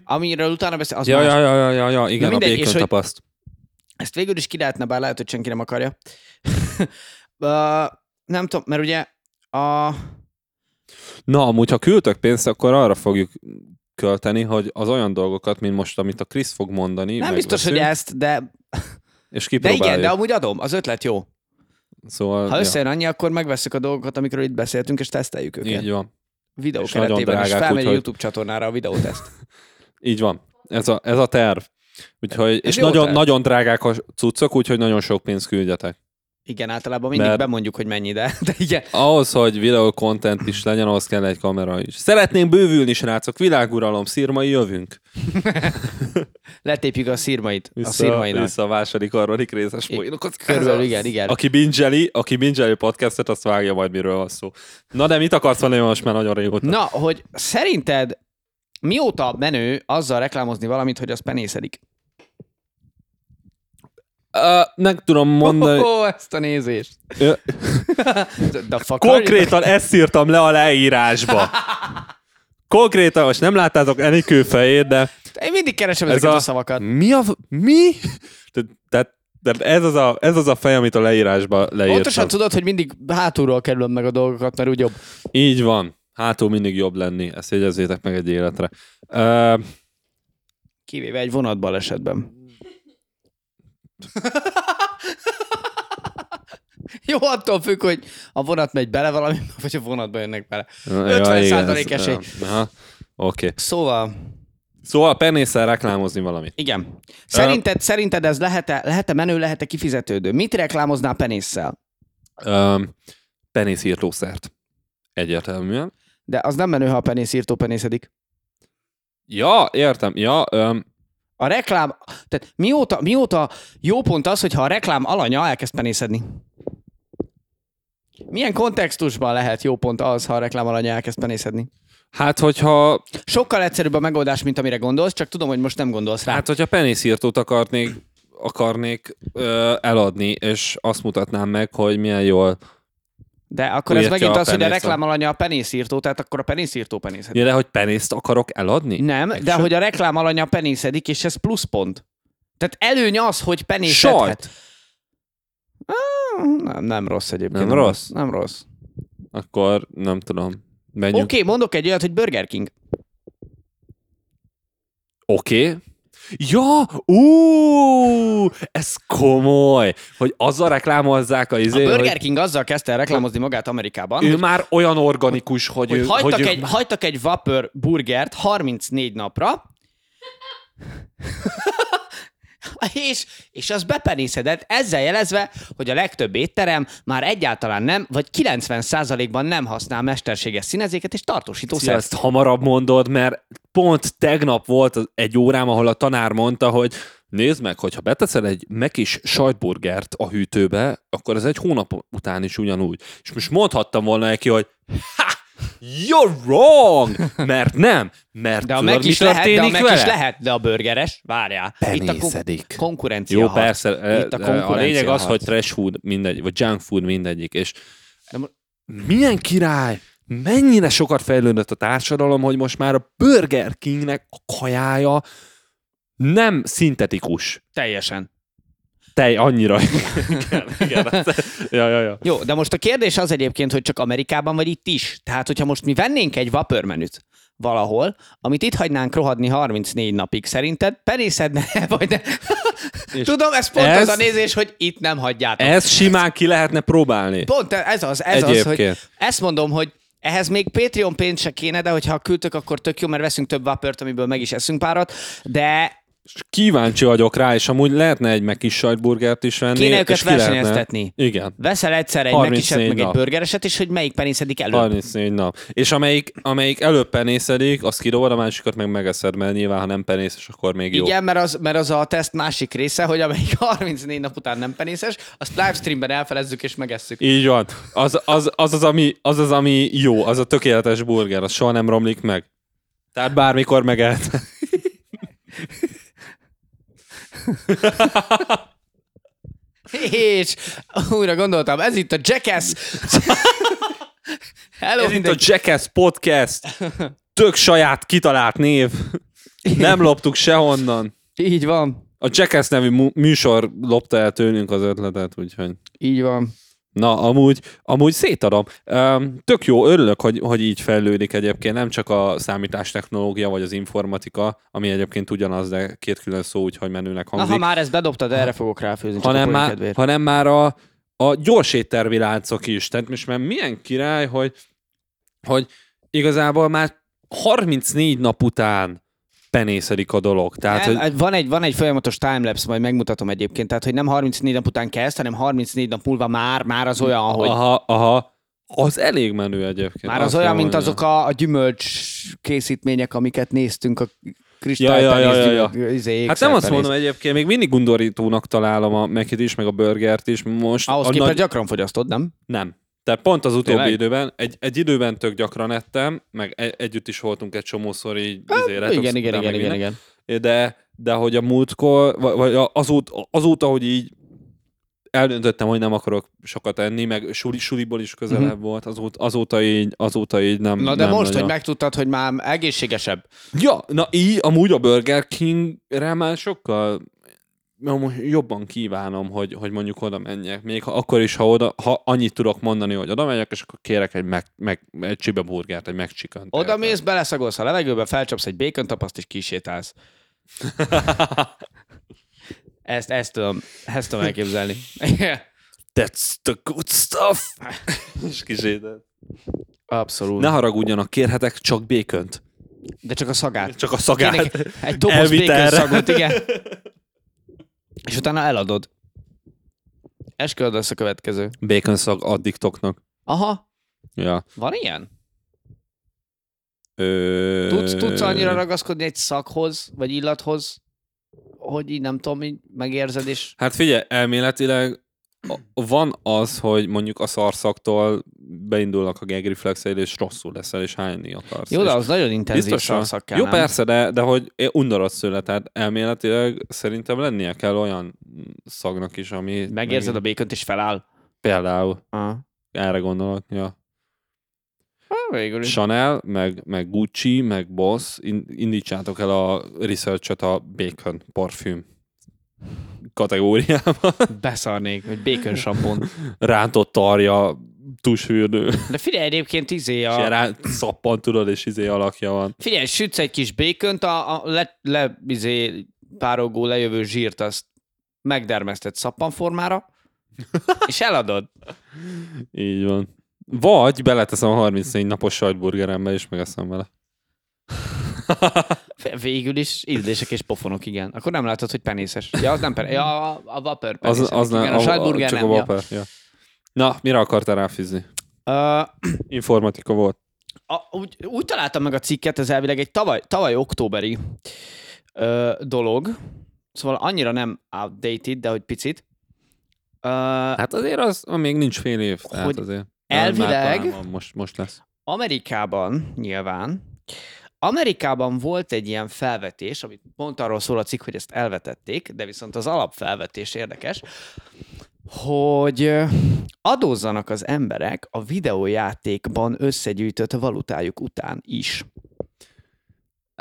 Speaker 1: Amiről utána beszél, az
Speaker 2: Mhm, Ja,
Speaker 1: más.
Speaker 2: ja, ja, ja, ja, ja, igen,
Speaker 1: mindegy,
Speaker 2: a
Speaker 1: és
Speaker 2: békön
Speaker 1: hogy-
Speaker 2: tapaszt.
Speaker 1: Ezt végül is ki lehetne, bár lehet, hogy senki nem akarja. *laughs* Ö, nem tudom, mert ugye a...
Speaker 2: Na, amúgy, ha küldtök pénzt, akkor arra fogjuk költeni, hogy az olyan dolgokat, mint most, amit a Krisz fog mondani,
Speaker 1: Nem biztos, hogy
Speaker 2: megveszünk,
Speaker 1: ezt, de,
Speaker 2: és
Speaker 1: de
Speaker 2: kipróbáljuk.
Speaker 1: igen, de amúgy adom, az ötlet jó.
Speaker 2: Szóval,
Speaker 1: Ha összejön annyi, akkor megveszük a dolgokat, amikről itt beszéltünk, és teszteljük
Speaker 2: ja,
Speaker 1: őket.
Speaker 2: így van.
Speaker 1: videó
Speaker 2: És nagyon
Speaker 1: keretében is
Speaker 2: drágák,
Speaker 1: felmegy a
Speaker 2: úgyhogy-
Speaker 1: YouTube csatornára a videóteszt.
Speaker 2: Így van. Ez a, ez a terv. Úgyhogy, és
Speaker 1: jó
Speaker 2: nagyon,
Speaker 1: terv.
Speaker 2: nagyon drágák a cuccok, úgyhogy nagyon sok pénzt küldjetek.
Speaker 1: Igen, általában mindig
Speaker 2: Mert-
Speaker 1: bemondjuk, hogy mennyi, de, de igen.
Speaker 2: Ahhoz, hogy videó content is legyen, ahhoz kell egy kamera is. Szeretnénk bővülni, srácok, világuralom, szírmai jövünk.
Speaker 1: Letépjük a szírmait, a
Speaker 2: Vissza, a,
Speaker 1: szírmainak.
Speaker 2: vissza a második, harmadik részes
Speaker 1: I-
Speaker 2: poénokat.
Speaker 1: Körülbelül igen, igen.
Speaker 2: Aki bingeli, aki bingeli a podcastet, azt vágja majd, miről van szó. Na de mit akarsz mondani, mert most már nagyon régóta?
Speaker 1: Na, hogy szerinted mióta menő azzal reklámozni valamit, hogy az penészedik?
Speaker 2: Uh, meg tudom mondani.
Speaker 1: Ó, ezt a nézést.
Speaker 2: *laughs* Ö,
Speaker 1: De fuck
Speaker 2: Konkrétan ezt írtam le a leírásba. Konkrétan, most nem láttátok Enikő fejét, de
Speaker 1: Én mindig keresem ezeket a... szavakat.
Speaker 2: Mi a... Mi? Tehát, tehát, tehát ez, az a, ez az a fej, amit a leírásba leírtam.
Speaker 1: Pontosan tudod, hogy mindig hátulról kerülöm meg a dolgokat, mert úgy jobb.
Speaker 2: Így van. Hátul mindig jobb lenni. Ezt jegyezzétek meg egy életre. Uh,
Speaker 1: Kivéve egy vonatbalesetben. *laughs* Jó, attól függ, hogy a vonat megy bele valami, vagy a vonatba jönnek bele. 50% esély.
Speaker 2: Oké. Okay.
Speaker 1: Szóval,
Speaker 2: Szóval penészel reklámozni valamit.
Speaker 1: igen. Szerinted, szerinted ez lehet-e, lehet-e menő, lehet-e kifizetődő? Mit reklámoznál penésszel?
Speaker 2: Um, penészírtószert. Egyértelműen.
Speaker 1: De az nem menő, ha a penész írtó penészedik.
Speaker 2: Ja, értem. Ja, um,
Speaker 1: A reklám, tehát mióta, mióta jó pont az, hogyha a reklám alanya elkezd penészedni? Milyen kontextusban lehet jó pont az, ha a reklám alanya elkezd penészedni?
Speaker 2: hát, hogyha
Speaker 1: Sokkal egyszerűbb a megoldás, mint amire gondolsz, csak tudom, hogy most nem gondolsz rá.
Speaker 2: Hát, hogyha penészírtót akarnék, akarnék ö, eladni, és azt mutatnám meg, hogy milyen jól.
Speaker 1: De akkor ez
Speaker 2: Ujjatja
Speaker 1: megint
Speaker 2: a
Speaker 1: az, hogy a
Speaker 2: penészem.
Speaker 1: reklám alanya a penészírtó, tehát akkor a penészírtó penészed.
Speaker 2: Ja, de hogy penészt akarok eladni?
Speaker 1: Nem,
Speaker 2: Meg
Speaker 1: de
Speaker 2: se-
Speaker 1: hogy a reklám alanya penészedik, és ez pluszpont. Tehát előny az, hogy penészedhet.
Speaker 2: Sajt!
Speaker 1: Ah, Nem, nem rossz egyébként.
Speaker 2: Nem rossz?
Speaker 1: Nem rossz.
Speaker 2: Akkor nem tudom.
Speaker 1: Oké,
Speaker 2: Menjünk. Oké.
Speaker 1: okay, mondok egy olyat, hogy Burger King.
Speaker 2: Okay. Okay. Ja, ú, ez komoly, hogy azzal reklámozzák a
Speaker 1: A
Speaker 2: izé,
Speaker 1: Burger
Speaker 2: hogy
Speaker 1: King azzal kezdte el reklámozni magát Amerikában,
Speaker 2: ő
Speaker 1: hogy,
Speaker 2: már olyan organikus, hogy,
Speaker 1: hogy,
Speaker 2: ő,
Speaker 1: hagytak,
Speaker 2: hogy ő-
Speaker 1: egy, hagytak egy vapor burgert 34 napra, *laughs* és, és az bepenészedett, ezzel jelezve, hogy a legtöbb étterem már egyáltalán nem, vagy 90%-ban nem használ mesterséges színezéket és
Speaker 2: Szia,
Speaker 1: tartósítószert.
Speaker 2: ezt hamarabb mondod, mert pont tegnap volt az- egy órám, ahol a tanár mondta, hogy nézd meg, hogyha beteszel egy mekis sajtburgert a hűtőbe, akkor ez egy hónap után is ugyanúgy. És most mondhattam volna neki, hogy ha, you're wrong, mert nem, mert
Speaker 1: De a
Speaker 2: tudod,
Speaker 1: meg is
Speaker 2: mi
Speaker 1: lehet, de a
Speaker 2: történik
Speaker 1: meg
Speaker 2: vele?
Speaker 1: is lehet, de a burgeres, várjál.
Speaker 2: Penészedik.
Speaker 1: Itt a kon- konkurencia
Speaker 2: Jó,
Speaker 1: hat.
Speaker 2: persze,
Speaker 1: Itt a
Speaker 2: a, a,
Speaker 1: konkurencia
Speaker 2: lényeg az,
Speaker 1: hat.
Speaker 2: hogy trash food mindegy, vagy junk food mindegyik, és
Speaker 1: De mo-
Speaker 2: milyen király, mennyire sokat fejlődött a társadalom, hogy most már a Burger Kingnek a kajája nem szintetikus.
Speaker 1: Teljesen.
Speaker 2: Tej
Speaker 1: *laughs*
Speaker 2: annyira. igen, igen.
Speaker 1: hát
Speaker 2: Ja, ja, ja.
Speaker 1: Jó, de most a kérdés az egyébként, hogy csak Amerikában vagy itt is. Tehát, hogyha most mi vennénk egy vapörmenüt valahol, amit itt hagynánk rohadni 34 napig, szerinted penészedne *laughs* vagy ne?
Speaker 2: És
Speaker 1: Tudom, ez pont
Speaker 2: ez- E-
Speaker 1: az a nézés, hogy itt nem hagyjátok.
Speaker 2: Ezt simán ki lehetne próbálni.
Speaker 1: Pont ez az, ez az, hogy
Speaker 2: Egyébként.
Speaker 1: ezt mondom, hogy ehhez még Patreon pénz se kéne, de hogyha küldtök, akkor tök jó, mert veszünk több vapört, amiből meg is eszünk párat, de
Speaker 2: És kíváncsi vagyok rá, és amúgy lehetne egy meg kis sajtburgert is venni.
Speaker 1: Kéne
Speaker 2: és
Speaker 1: őket
Speaker 2: ki lehetne-
Speaker 1: versenyeztetni.
Speaker 2: Igen.
Speaker 1: Veszel egyszer egy
Speaker 2: 34
Speaker 1: megkiset, meg egy
Speaker 2: nap.
Speaker 1: burgereset, és hogy melyik penészedik előbb.
Speaker 2: 34 nap. És amelyik, amelyik előbb penészedik, az kidobod, a másikat meg megeszed, mert nyilván, ha nem penészes, akkor még jó.
Speaker 1: Igen, mert az, mert az a teszt másik része, hogy amelyik *laughs* 34 nap után nem penészes, azt livestreamben elfelezzük és megesszük.
Speaker 2: Így van. Az az, az, az, ami, az az, ami jó, az a tökéletes burger, az soha nem romlik meg. Tehát bármikor megehet.
Speaker 1: És újra gondoltam, ez itt a Jackass! *laughs* Hello,
Speaker 2: Ez itt a
Speaker 1: mindenki.
Speaker 2: Jackass Podcast. Tök saját kitalált név. Nem loptuk sehonnan.
Speaker 1: Így van,
Speaker 2: A Jackass nevű mu- műsor lopta el tőlünk az ötletet, úgyhogy...
Speaker 1: így van.
Speaker 2: Na, amúgy, amúgy szétadom. Öm, Tök jó, örülök, hogy, hogy így fejlődik egyébként, nem csak a számítástechnológia vagy az informatika, ami egyébként ugyanaz, de két külön szó, úgyhogy menőnek
Speaker 1: Na, ha
Speaker 2: hangzik,
Speaker 1: már ezt bedobtad, erre fogok ráfőzni, csak
Speaker 2: hanem,
Speaker 1: a poén
Speaker 2: már,
Speaker 1: kedvéért.
Speaker 2: hanem már a, a gyors étterviláncok is. Tehát most már milyen király, hogy, hogy igazából már 34 nap után penészelik a dolog. Tehát,
Speaker 1: nem,
Speaker 2: hát,
Speaker 1: hát
Speaker 2: hogy
Speaker 1: van, egy, van egy folyamatos timelapse, majd megmutatom egyébként, tehát hogy nem 34 nap után kezd, hanem 34 nap múlva már, már az olyan, hogy
Speaker 2: aha, aha, az elég menő egyébként.
Speaker 1: már az
Speaker 2: azt
Speaker 1: olyan,
Speaker 2: kell
Speaker 1: mint
Speaker 2: mondjam.
Speaker 1: azok a, a gyümölcs készítmények, amiket néztünk a
Speaker 2: Ja, ja,
Speaker 1: kristálytenész
Speaker 2: ja, ja,
Speaker 1: gyümölcs- izé,
Speaker 2: Hát nem azt
Speaker 1: ékszertenész.
Speaker 2: mondom egyébként, még mindig undorítónak találom a Mekit is, meg a burgert is. Most
Speaker 1: Ahhoz
Speaker 2: a
Speaker 1: képest gyakran fogyasztod, nem?
Speaker 2: Nem. Tehát pont az utóbbi
Speaker 1: Tényleg?
Speaker 2: időben, egy, egy időben tök gyakran ettem, meg e- együtt is voltunk egy csomószor így izé,
Speaker 1: Hát, Igen, igen,
Speaker 2: retox
Speaker 1: igen,
Speaker 2: után,
Speaker 1: igen,
Speaker 2: meg
Speaker 1: igen,
Speaker 2: minden. De, de hogy a múltkor, vagy- vagy azóta, azóta, hogy így eldöntöttem, hogy nem akarok sokat enni, meg suli, suliból is közelebb volt, azóta, azóta, így, azóta így nem
Speaker 1: Mhm. Na de
Speaker 2: nem
Speaker 1: most, hogy
Speaker 2: nagyon.
Speaker 1: megtudtad, hogy már egészségesebb.
Speaker 2: Ja, na így, amúgy a Burger Kingre már sokkal amúgy jobban kívánom, hogy, hogy mondjuk oda menjek. Még ha, akkor is, ha, oda, ha annyit tudok mondani, hogy oda megyek, és akkor kérek egy, meg, meg, egy csibe burgert, egy megcsikant.
Speaker 1: Oda mész, beleszagolsz a levegőbe, felcsapsz egy békön tapaszt, és
Speaker 2: *laughs*
Speaker 1: kisétálsz. Ezt, ezt tudom, ezt tudom
Speaker 2: *laughs*
Speaker 1: elképzelni.
Speaker 2: That's the good stuff!
Speaker 1: *laughs*
Speaker 2: és kizsédel.
Speaker 1: Abszolút.
Speaker 2: Ne haragudjanak, kérhetek csak békönt.
Speaker 1: De csak a szagát.
Speaker 2: Csak a szagát.
Speaker 1: Kéne Egy doboz
Speaker 2: Elvitelre.
Speaker 1: békön szagot, igen. És utána eladod. Esküld lesz a következő.
Speaker 2: Békön szag addiktoknak.
Speaker 1: Aha,
Speaker 2: Ja.
Speaker 1: van ilyen?
Speaker 2: Ö...
Speaker 1: Tudsz, tudsz annyira ragaszkodni egy szakhoz, vagy illathoz, hogy így nem tudom, így megérzed, és
Speaker 2: Hát figyelj, elméletileg a- van az, hogy mondjuk a szarszaktól beindulnak a gag reflexeid, és rosszul leszel, és hányni akarsz.
Speaker 1: Jó, de
Speaker 2: És
Speaker 1: az nagyon intenzív
Speaker 2: biztosan.
Speaker 1: szarszak kell,
Speaker 2: Jó,
Speaker 1: nem?
Speaker 2: persze, de, de hogy é- undorodsz szőle, tehát elméletileg szerintem lennie kell olyan szagnak is, ami...
Speaker 1: Megérzed a békönt, és feláll.
Speaker 2: Például
Speaker 1: Ah.
Speaker 2: erre gondolok, ja.
Speaker 1: Végül is.
Speaker 2: Chanel, meg, meg Gucci, meg Boss, in, indítsátok el a research a bacon parfüm kategóriában.
Speaker 1: Beszarnék, hogy békön sampon.
Speaker 2: *laughs* Rántott tarja, tusfürdő.
Speaker 1: De figyelj, egyébként izé
Speaker 2: És ilyen
Speaker 1: a...
Speaker 2: rá szappan tudod, és izé alakja van.
Speaker 1: Figyelj, sütsz egy kis békönt, a, a le, le izé, párogó lejövő zsírt, azt megdermesztett
Speaker 2: *laughs*
Speaker 1: szappanformára, és eladod.
Speaker 2: Így van. Vagy beleteszem a 34 napos sajtburgerembe, és megeszem vele.
Speaker 1: F- Végül is ízlések és pofonok, igen. Akkor nem látod, hogy penészes. Ja, az nem penészes. Ja, a, a vapor
Speaker 2: Az,
Speaker 1: penészes.
Speaker 2: az nem,
Speaker 1: igen, a, a sajtburger
Speaker 2: csak
Speaker 1: nem.
Speaker 2: a
Speaker 1: ja.
Speaker 2: vapor, ja. Na, mire akartál ráfűzni?
Speaker 1: Ö,
Speaker 2: Informatika volt.
Speaker 1: a, úgy, úgy találtam meg a cikket, ez elvileg egy tavaly, tavaly októberi ö, dolog, szóval annyira nem outdated, de hogy picit. Ö,
Speaker 2: Hát azért az ah, még nincs fél év. Tehát
Speaker 1: Hogy
Speaker 2: azért.
Speaker 1: elvileg-
Speaker 2: Már talán van, most, most lesz.
Speaker 1: Amerikában nyilván, Amerikában volt egy ilyen felvetés, amit pont arról szól a cikk, hogy ezt elvetették, de viszont az alapfelvetés érdekes, hogy ö, adózzanak az emberek a videójátékban összegyűjtött valutájuk után is.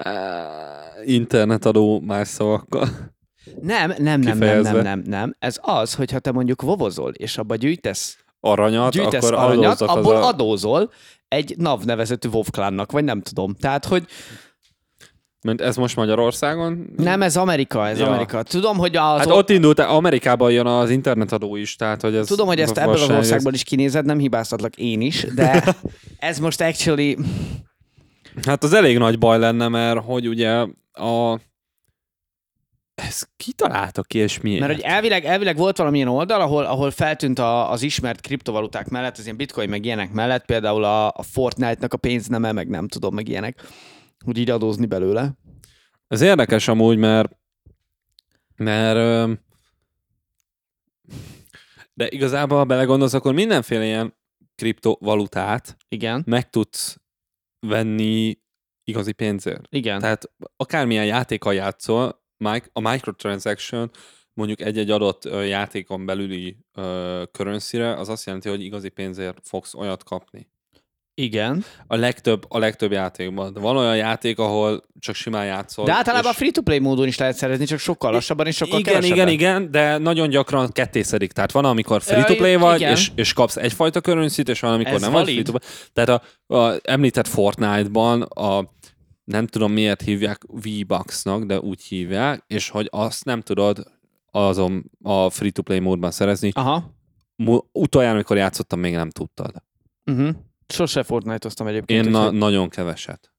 Speaker 2: Uh, internetadó más szavakkal.
Speaker 1: Nem, nem, nem, nem, nem,
Speaker 2: Kifejezve.
Speaker 1: nem, nem. Ez az, hogyha te mondjuk vovozol, és abba gyűjtesz,
Speaker 2: Aranyat,
Speaker 1: gyűjtesz
Speaker 2: Hát akkor
Speaker 1: aranyat,
Speaker 2: adózzak az
Speaker 1: abból
Speaker 2: a...
Speaker 1: adózol egy NAV nevezetű WoW klánnak, vagy nem tudom. Tehát, hogy
Speaker 2: Mert ez most Magyarországon?
Speaker 1: nem, ez Amerika, ez
Speaker 2: Ja.
Speaker 1: Amerika. Tudom, hogy, az
Speaker 2: Hát
Speaker 1: o-
Speaker 2: ott indult, el- Amerikában jön az internetadó is, tehát hogy ez...
Speaker 1: tudom, hogy ezt ebből az
Speaker 2: valóság, ez-
Speaker 1: országból is kinézed, nem hibáztatlak én is,
Speaker 2: *laughs*
Speaker 1: de ez most actually...
Speaker 2: Hát az elég nagy baj lenne, mert hogy ugye a ezt kitalálta ki, és miért?
Speaker 1: Mert hogy elvileg, elvileg volt valamilyen oldal, ahol, ahol feltűnt a, az ismert kriptovaluták mellett, az ilyen bitcoin meg ilyenek mellett, például a, a Fortnite-nak a pénzneme, meg nem tudom, meg ilyenek. Úgy így adózni belőle.
Speaker 2: Ez érdekes amúgy, mert mert öm, de igazából, ha belegondolsz, akkor mindenféle ilyen kriptovalutát
Speaker 1: Igen.
Speaker 2: meg tudsz venni igazi pénzért.
Speaker 1: Igen.
Speaker 2: Tehát akármilyen játékkal játszol, mic- a microtransaction mondjuk egy-egy adott ö, játékon belüli ö, currency-re, az azt jelenti, hogy igazi pénzért fogsz olyat kapni.
Speaker 1: Igen.
Speaker 2: A legtöbb, a legtöbb játékban. De van olyan játék, ahol csak simán játszol.
Speaker 1: De általában a
Speaker 2: és-
Speaker 1: free-to-play módon is lehet szerezni, csak sokkal lassabban és sokkal
Speaker 2: igen,
Speaker 1: kevesebben.
Speaker 2: igen, igen, de nagyon gyakran kettészedik. Tehát van, amikor free-to-play
Speaker 1: Ö,
Speaker 2: vagy,
Speaker 1: igen.
Speaker 2: és, és kapsz egyfajta currency és van, amikor
Speaker 1: Ez
Speaker 2: nem vagy
Speaker 1: valid.
Speaker 2: free-to-play. Tehát a, a említett Fortnite-ban a nem tudom miért hívják V-Bucks-nak, de úgy hívják, és hogy azt nem tudod azon a free-to-play módban szerezni.
Speaker 1: Aha.
Speaker 2: Mu- Utoljára, amikor játszottam, még nem tudtad.
Speaker 1: Uh-huh. Sose Fortnite-oztam egyébként.
Speaker 2: Én na-
Speaker 1: úgyhogy-
Speaker 2: nagyon keveset.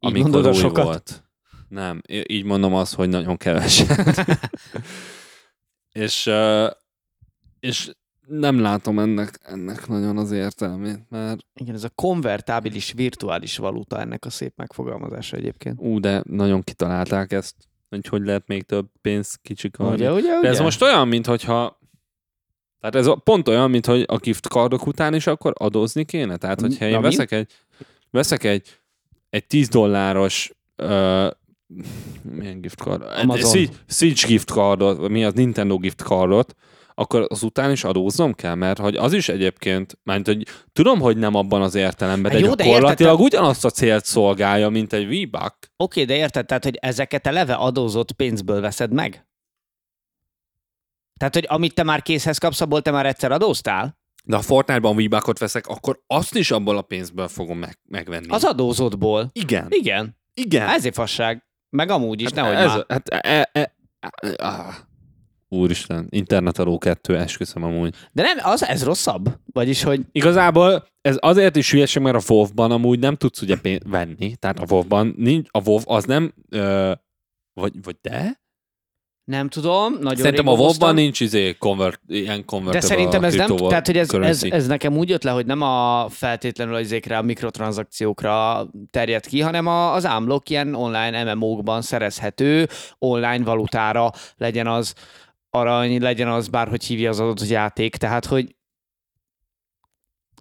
Speaker 1: Így mondod a sokat?
Speaker 2: volt. Nem, í- így mondom azt, hogy nagyon keveset.
Speaker 1: *laughs*
Speaker 2: és, ö, és nem látom ennek, ennek nagyon az értelmét, mert
Speaker 1: Igen, ez a konvertábilis virtuális valuta ennek a szép megfogalmazása egyébként.
Speaker 2: ú, de nagyon kitalálták ezt, hogy hogy lehet még több pénzt kicsikarni.
Speaker 1: Ugye, ugye, ugye?
Speaker 2: De ez most olyan, mintha tehát ez pont olyan, mint hogy a gift kardok után is akkor adózni kéne. Tehát, hogyha
Speaker 1: Na,
Speaker 2: én
Speaker 1: mi?
Speaker 2: veszek egy, veszek egy, egy 10 dolláros ö, milyen gift card?
Speaker 1: Amazon.
Speaker 2: Switch- Switch gift cardot, mi az Nintendo gift cardot, akkor az után is adóznom kell, mert hogy az is egyébként, mert hogy tudom, hogy nem abban az értelemben, de
Speaker 1: Hát jó, de
Speaker 2: gyakorlatilag ugyanazt a célt szolgálja, mint egy V-Buck.
Speaker 1: Oké, de érted, tehát, hogy ezeket eleve adózott pénzből veszed meg? Tehát, hogy amit te már készhez kapsz, abból te már egyszer adóztál?
Speaker 2: De ha Fortnite-ban V-Buckot veszek, akkor azt is abból a pénzből fogom meg, megvenni.
Speaker 1: Az adózottból.
Speaker 2: Igen.
Speaker 1: Igen,
Speaker 2: Igen.
Speaker 1: ezért fasság. Meg amúgy is, nehogy
Speaker 2: ez,
Speaker 1: Hát, már.
Speaker 2: Hát, e, e, e, ah. Úristen, internetadó kettő, esküszöm amúgy.
Speaker 1: De nem, az, ez rosszabb. Vagyis, hogy
Speaker 2: Igazából ez azért is hülyeség, mert a WoW-ban amúgy nem tudsz ugye pénzt venni, tehát a WoW-ban nincs, a WoW az nem, ö, vagy, vagy de?
Speaker 1: nem tudom, nagyon
Speaker 2: Szerintem a
Speaker 1: rég
Speaker 2: WoW-ban
Speaker 1: dolgoztam.
Speaker 2: nincs izé convert, ilyen
Speaker 1: De
Speaker 2: convertible
Speaker 1: szerintem ez nem,
Speaker 2: kriptoval-
Speaker 1: tehát hogy ez, ez,
Speaker 2: currency.
Speaker 1: ez nekem úgy jött le, hogy nem a feltétlenül az ékre, a mikrotranszakciókra terjed ki, hanem a, az ámlok ilyen online MMO-kban szerezhető online valutára, legyen az arany, legyen az bárhogy hívja az adott játék, tehát hogy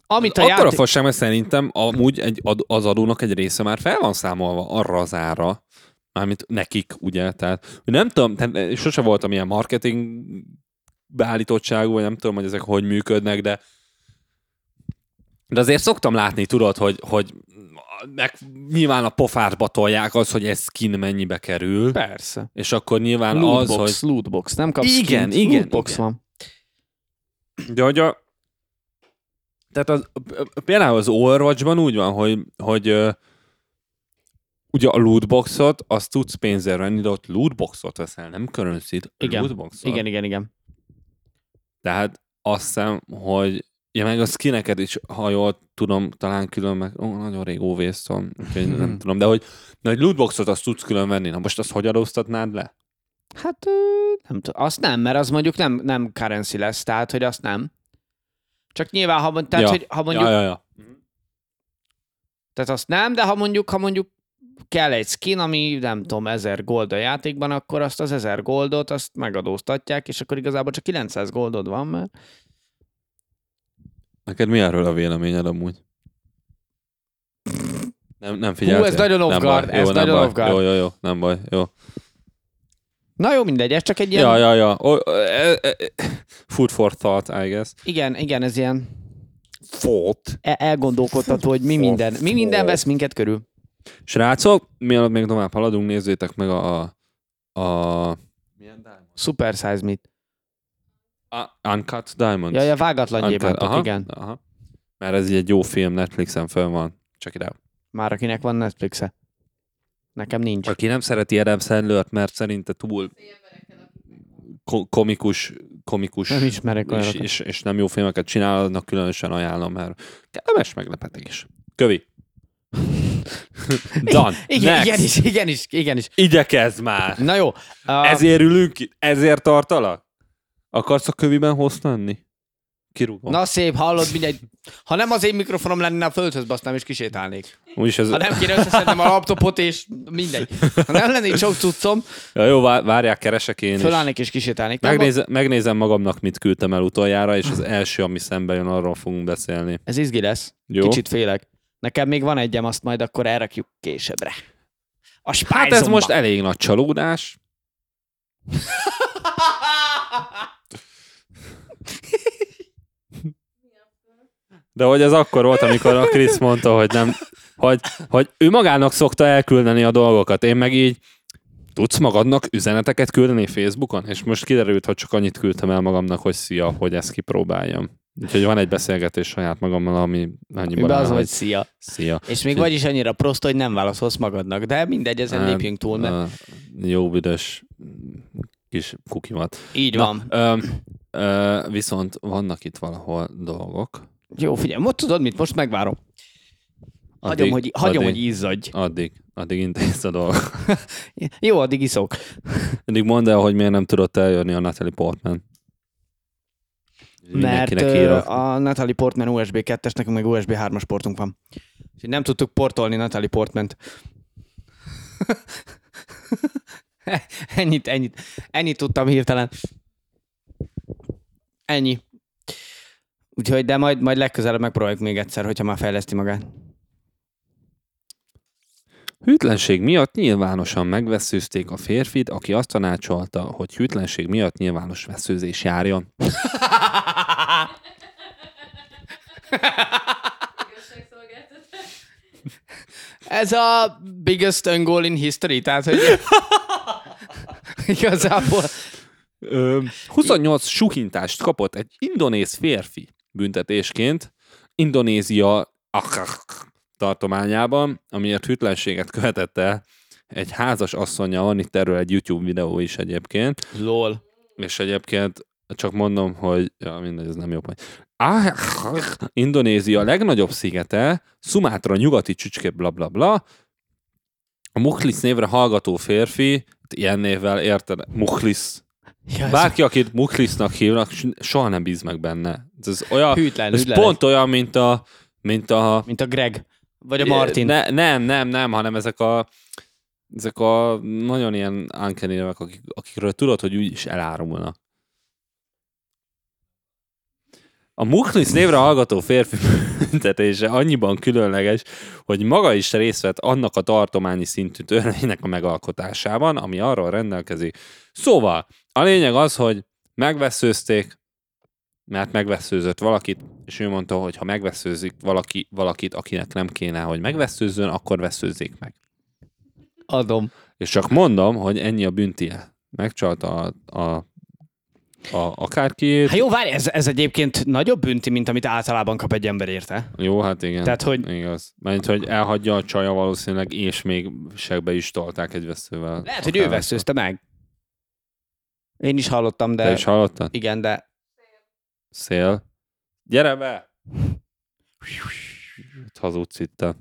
Speaker 1: amit a
Speaker 2: Akkor a
Speaker 1: játék...
Speaker 2: fasság, mert szerintem amúgy egy, ad- az adónak egy része már fel van számolva arra az ára, mármint nekik, ugye, tehát hogy nem tudom, tehát eh, sose voltam ilyen marketing beállítottságú, vagy nem tudom, hogy ezek hogy működnek, de de azért szoktam látni, tudod, hogy, hogy meg nyilván a pofárba tolják az, hogy ez skin mennyibe kerül,
Speaker 1: Persze.
Speaker 2: és akkor nyilván az,
Speaker 1: Lootbox,
Speaker 2: hogy
Speaker 1: lootbox, nem kapsz
Speaker 2: Igen,
Speaker 1: skint,
Speaker 2: igen,
Speaker 1: Lootbox
Speaker 2: igen.
Speaker 1: van.
Speaker 2: De hogy a... Tehát az, például az Overwatchban úgy van, hogy, hogy ö, ugye a lootboxot, azt tudsz pénzzel venni, de ott lootboxot veszel, nem currency
Speaker 1: Igen.
Speaker 2: lootboxot.
Speaker 1: Igen, igen, igen.
Speaker 2: Tehát azt hiszem, hogy ja, meg a skineket is, ha jól tudom, talán külön meg, ó, nagyon rég óvésztom, úgyhogy nem tudom, de hogy, de hogy lootboxot azt tudsz külön venni, na most azt hogy adóztatnád le?
Speaker 1: Hát ö, nem tudom, azt nem, mert az mondjuk nem, nem currency lesz, tehát hogy azt nem. Csak nyilván, ha, mond- tehát,
Speaker 2: Ja.
Speaker 1: hogy, ha mondjuk
Speaker 2: ja, ja, ja.
Speaker 1: Tehát azt nem, de ha mondjuk, ha mondjuk kell egy skin, ami nem tudom, 1000 gold a játékban, akkor azt az 1000 goldot azt megadóztatják, és akkor igazából csak 900 goldod van, mert
Speaker 2: Neked mi erről a véleményed amúgy? Nem, nem figyeltél?
Speaker 1: Hú, ez nagyon off
Speaker 2: nem
Speaker 1: guard,
Speaker 2: baj.
Speaker 1: ez
Speaker 2: jó,
Speaker 1: nagyon
Speaker 2: nem
Speaker 1: off
Speaker 2: baj.
Speaker 1: guard.
Speaker 2: Jó, jó, jó, nem baj, jó.
Speaker 1: na jó, mindegy, ez csak egy ilyen,
Speaker 2: Ja, ja, ja. O, e, e, food for thought, I guess.
Speaker 1: igen, igen, ez ilyen
Speaker 2: Thought.
Speaker 1: e- elgondolkodható, hogy mi minden, mi minden vesz minket körül.
Speaker 2: Srácok, mielőtt még tovább haladunk, nézzétek meg a... a, a Milyen Diamond?
Speaker 1: Super size mit.
Speaker 2: A, Uncut Diamond.
Speaker 1: Ja, ja, vágatlan gyémántok,
Speaker 2: aha,
Speaker 1: igen.
Speaker 2: Aha. Mert ez így egy jó film, Netflixen fönn van. Csak ide.
Speaker 1: Már akinek van Netflixe. Nekem nincs.
Speaker 2: Aki nem szereti Adam Sandlert, mert szerinte túl ko- komikus, komikus
Speaker 1: Nem ismerek
Speaker 2: és,
Speaker 1: olyanokat.
Speaker 2: és, és, nem jó
Speaker 1: *laughs*
Speaker 2: filmeket csinál, annak különösen ajánlom, mert kellemes meglepetés. Kövi. Dan,
Speaker 1: Igen,
Speaker 2: next.
Speaker 1: igen is, igen is, igen is.
Speaker 2: Igyekezz már!
Speaker 1: Na jó. Uh,
Speaker 2: Ezért ülünk itt, ezért tartalak? Akarsz a köviben hoztanni? Kirúgom.
Speaker 1: Na szép, hallod, mindegy. Ha nem az én mikrofonom lenne, a földhöz basznám és kisétálnék.
Speaker 2: Úgyis ez...
Speaker 1: Ha nem kéne összeszednem a laptopot, és mindegy. Ha nem lenne itt sok cuccom,
Speaker 2: Ja, jó, vá- várják, keresek én is.
Speaker 1: fölállnék és kisétálnék. Nem,
Speaker 2: Megnézem, megnézem magamnak, mit küldtem el utoljára, és az első, ami szembe jön, arról fogunk beszélni.
Speaker 1: Ez izgi lesz.
Speaker 2: Jó.
Speaker 1: Kicsit félek. Nekem még van egyem, azt majd akkor elrakjuk későbbre. A
Speaker 2: Hát ez
Speaker 1: spájzomba.
Speaker 2: most elég nagy csalódás. De hogy ez akkor volt, amikor a Krisz mondta, hogy nem, hogy, hogy ő magának szokta elküldeni a dolgokat. Én meg így, tudsz magadnak üzeneteket küldeni Facebookon? És most kiderült, hogy csak annyit küldtem el magamnak, hogy szia, hogy ezt kipróbáljam. Úgyhogy van egy beszélgetés saját magammal, ami annyiban
Speaker 1: Be az,
Speaker 2: áll,
Speaker 1: hogy szia.
Speaker 2: szia.
Speaker 1: És még vagyis annyira prosta, hogy nem válaszolsz magadnak. De mindegy, ezen
Speaker 2: Hát,
Speaker 1: lépjünk túl, mert
Speaker 2: A jó büdös kis kukimat.
Speaker 1: így
Speaker 2: Na,
Speaker 1: van.
Speaker 2: Ö, ö, viszont vannak itt valahol dolgok.
Speaker 1: Jó, figyelj, most tudod mit? Most megvárom.
Speaker 2: Hát
Speaker 1: Hagyom, hogy, hagyom hogy izzadj.
Speaker 2: Addig, addig intézd a dolgot.
Speaker 1: Jó, addig iszok.
Speaker 2: Addig mondd el, hogy miért nem tudott eljönni a Natalie Portman.
Speaker 1: Mert
Speaker 2: Mindenkinek
Speaker 1: ö,
Speaker 2: írok.
Speaker 1: a Natalie Portman USB 2-es, nekünk meg USB 3-as portunk van. Úgyhogy nem tudtuk portolni Natalie Portment. *laughs* ennyit, ennyit, ennyit tudtam hirtelen. Ennyi. Úgyhogy, de majd, majd legközelebb megpróbáljuk még egyszer, hogyha már fejleszti magát.
Speaker 2: Hűtlenség miatt nyilvánosan megveszőzték a férfit, aki azt tanácsolta, hogy hűtlenség miatt nyilvános veszőzés járjon.
Speaker 3: Igazságszolgáltatás.
Speaker 1: Ez a biggest öngól in history, tehát, hogy *laughs* igazából
Speaker 2: 28 suhintást kapott egy indonéz férfi büntetésként Indonézia Akak tartományában, amiért hűtlenséget követett el egy házas asszonya van, itt erről egy YouTube videó is egyébként,
Speaker 1: lol.
Speaker 2: és egyébként csak mondom, hogy ja, mindegy, ez nem jó pont. Ah, Indonézia legnagyobb szigete, Szumátra nyugati csücske, bla bla bla. A Mukhlis névre hallgató férfi, ilyen névvel érted, Mukhlis.
Speaker 1: Ja, ez
Speaker 2: Bárki, akit Mukhlisnak hívnak, soha nem bíz meg benne. Ez olyan,
Speaker 1: hűtlen,
Speaker 2: ez
Speaker 1: hűtlen.
Speaker 2: pont olyan, mint a, mint a
Speaker 1: Mint a Greg. Vagy a Martin.
Speaker 2: Ne, nem, nem, nem, hanem ezek a ezek a nagyon ilyen ankenérvek, akik, akikről tudod, hogy úgy is elárulnak. A Muklis névre hallgató férfi *laughs* büntetése annyiban különleges, hogy maga is részt vett annak a tartományi szintű törvénynek a megalkotásában, ami arról rendelkezik. Szóval, a lényeg az, hogy megveszőzték, mert megveszőzött valakit, és ő mondta, hogy ha megveszőzik valaki, valakit, akinek nem kéne, hogy megveszőzzön, akkor veszőzzék meg.
Speaker 1: Adom.
Speaker 2: És csak mondom, hogy ennyi a büntie. Megcsalta a, a, a akárkiét.
Speaker 1: Hát jó, várj, ez, ez egyébként nagyobb bünti, mint amit általában kap egy ember érte.
Speaker 2: Jó, hát igen.
Speaker 1: Tehát, hogy-
Speaker 2: Igaz. Mert hogy elhagyja a csaja valószínűleg, és még segbe is tolták egy veszővel.
Speaker 1: Lehet, hogy ő
Speaker 2: Akár-
Speaker 1: veszőzte meg. Én is hallottam, de...
Speaker 2: Te is hallottad?
Speaker 1: Igen, de...
Speaker 2: Szél. Gyere be! Hazudsz itt te.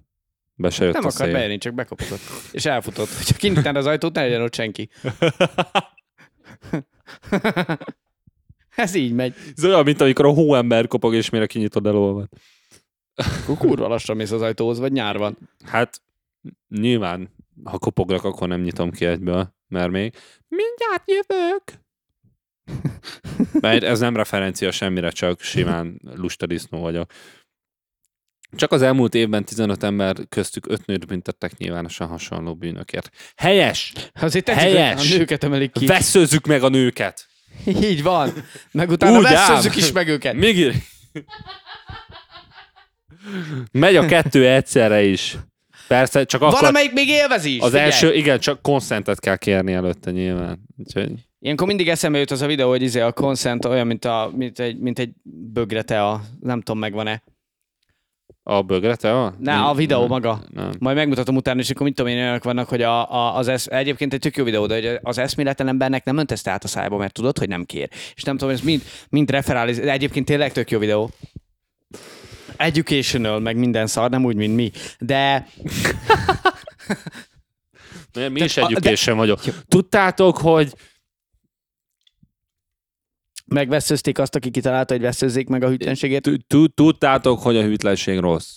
Speaker 2: Be se jött
Speaker 1: Nem
Speaker 2: a
Speaker 1: akar
Speaker 2: szél.
Speaker 1: bejönni, csak bekopogott. És elfutott. Hogyha kinyitnád az ajtót, ne legyen ott senki.
Speaker 2: *laughs*
Speaker 1: Ez így megy.
Speaker 2: Ez olyan, mint amikor a hóember kopog, és mire kinyitod elolvad.
Speaker 1: Akkor kurva lassan mész az ajtóhoz, vagy nyár van.
Speaker 2: Hát nyilván, ha kopognak, akkor nem nyitom ki egyből, mert még mindjárt *laughs* jövök. Mert ez nem referencia semmire, csak simán lusta disznó vagyok. Csak az elmúlt évben 15 ember köztük 5 nőt büntettek nyilvánosan hasonló bűnökért. Helyes!
Speaker 1: Azért tetszik,
Speaker 2: Helyes.
Speaker 1: hogy a nőket emelik ki.
Speaker 2: Veszőzzük meg a nőket!
Speaker 1: Így van. Meg utána
Speaker 2: Úgy ám.
Speaker 1: veszőzzük is meg őket.
Speaker 2: Még ír... Megy a kettő egyszerre is. Persze, csak akkor...
Speaker 1: Valamelyik még élvezi is.
Speaker 2: Az
Speaker 1: figyelj.
Speaker 2: első, igen, csak konszentet kell kérni előtte nyilván. Úgyhogy,
Speaker 1: Ilyenkor mindig eszembe jut az a videó, hogy izé a consent olyan, mint, a, mint, egy, mint egy bögrete a, nem tudom, megvan-e.
Speaker 2: a bögre te van?
Speaker 1: Ne, a videó
Speaker 2: Nem.
Speaker 1: maga.
Speaker 2: nem.
Speaker 1: Majd megmutatom utána, és akkor mit tudom én, olyanok vannak, hogy a, a, az esz, egyébként egy tök jó videó, de hogy az eszméletlen embernek nem önteszte át a szájba, mert tudod, hogy nem kér. És nem tudom, ez mind, mind referál, ez egyébként tényleg tök jó videó. educational, meg minden szar, nem úgy, mint mi. De
Speaker 2: Mert mi
Speaker 1: De-
Speaker 2: is
Speaker 1: a- de-
Speaker 2: education vagyok. Tudtátok, hogy
Speaker 1: megveszőzték azt, aki kitalálta, hogy veszőzzék meg a hűtlenségét.
Speaker 2: tu- tu- tudtátok, hogy a hűtlenség rossz?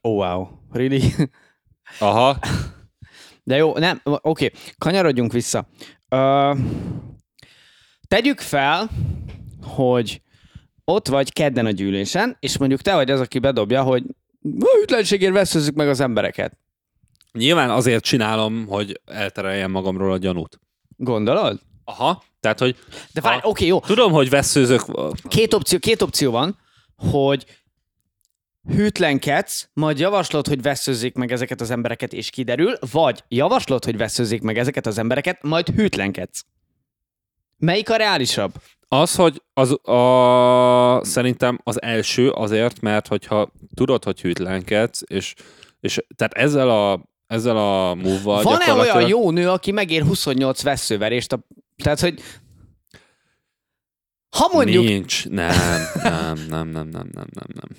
Speaker 1: Oh, wow. Really?
Speaker 2: Aha.
Speaker 1: De jó, nem, oké, kanyarodjunk vissza. Ö, tegyük fel, hogy ott vagy kedden a gyűlésen, és mondjuk te vagy az, aki bedobja, hogy "Na, hűtlenségért veszőzzük meg az embereket.
Speaker 2: Nyilván azért csinálom, hogy eltereljem magamról a gyanút.
Speaker 1: Gondolod?
Speaker 2: Aha. Tehát, hogy
Speaker 1: De várj,
Speaker 2: Ha.
Speaker 1: oké, jó.
Speaker 2: tudom, hogy veszőzök.
Speaker 1: Két opció, két opció van, hogy hűtlenkedsz, majd javaslod, hogy veszőzzék meg ezeket az embereket, és kiderül, vagy javaslod, hogy veszőzzék meg ezeket az embereket, majd hűtlenkedsz. Melyik a reálisabb?
Speaker 2: Az, hogy az, a, szerintem az első azért, mert hogyha tudod, hogy hűtlenkedsz, és, és tehát ezzel a, ezzel a
Speaker 1: Van-e
Speaker 2: move-val gyakorlatilag-
Speaker 1: olyan jó nő, aki megér 28 veszőverést? A... Tehát, hogy ha mondjuk... Mi?
Speaker 2: Nincs, nem, nem, nem, nem, nem, nem, nem, nem.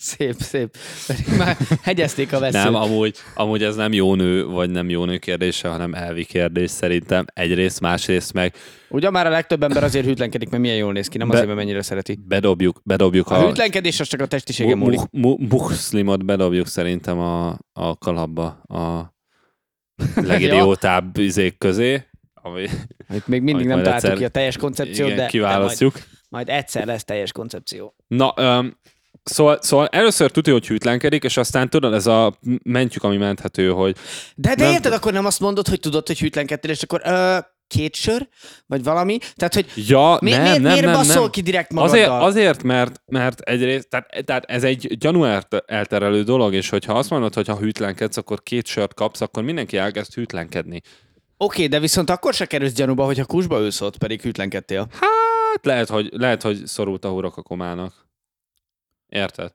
Speaker 1: Szép, szép. Pedig Már hegyezték a veszőt.
Speaker 2: Nem, amúgy, amúgy ez nem jó nő, vagy nem jó nő kérdése, hanem elvi kérdés szerintem. Egyrészt, másrészt meg
Speaker 1: Ugyan már a legtöbb ember azért hűtlenkedik, mert milyen jól néz ki, nem
Speaker 2: De-
Speaker 1: azért, mert mennyire szereti.
Speaker 2: bedobjuk, bedobjuk
Speaker 1: A,
Speaker 2: a,
Speaker 1: hűtlenkedés az csak a testisége
Speaker 2: mu-
Speaker 1: múlik.
Speaker 2: mu- mu- muszlimot bedobjuk szerintem a, a kalapba
Speaker 1: *laughs*
Speaker 2: a legidiótább izék közé, ami
Speaker 1: Itt még mindig
Speaker 2: Amit
Speaker 1: nem
Speaker 2: majd
Speaker 1: találtuk
Speaker 2: egyszer-
Speaker 1: ki a teljes koncepciót,
Speaker 2: igen,
Speaker 1: de, de majd,
Speaker 2: kiválasztjuk.
Speaker 1: majd egyszer lesz teljes koncepció.
Speaker 2: Na, um, szóval, szóval először tudja, hogy hűtlenkedik, és aztán tudod, ez a m- mentjük, ami menthető, hogy
Speaker 1: De, de
Speaker 2: Nem-
Speaker 1: érted, akkor nem azt mondod, hogy tudod, hogy hűtlenkedtél, és akkor ö, két sör, vagy valami. Tehát, hogy
Speaker 2: ja,
Speaker 1: mi,
Speaker 2: nem,
Speaker 1: miért,
Speaker 2: nem,
Speaker 1: miért
Speaker 2: nem,
Speaker 1: basszol
Speaker 2: nem.
Speaker 1: ki direkt magaddal?
Speaker 2: Azért, azért, mert, mert egyrészt, tehát, tehát ez egy gyanú elt- elterelő dolog, és hogyha azt mondod, hogy ha hűtlenkedsz, akkor két sört kapsz, akkor mindenki elkezd hűtlenkedni.
Speaker 1: Oké, de viszont akkor se kerülsz gyanúba, hogyha kusba ülsz ott, pedig hűtlenkedtél.
Speaker 2: Hát lehet, hogy, lehet, hogy szorult a hurok a komának. Érted?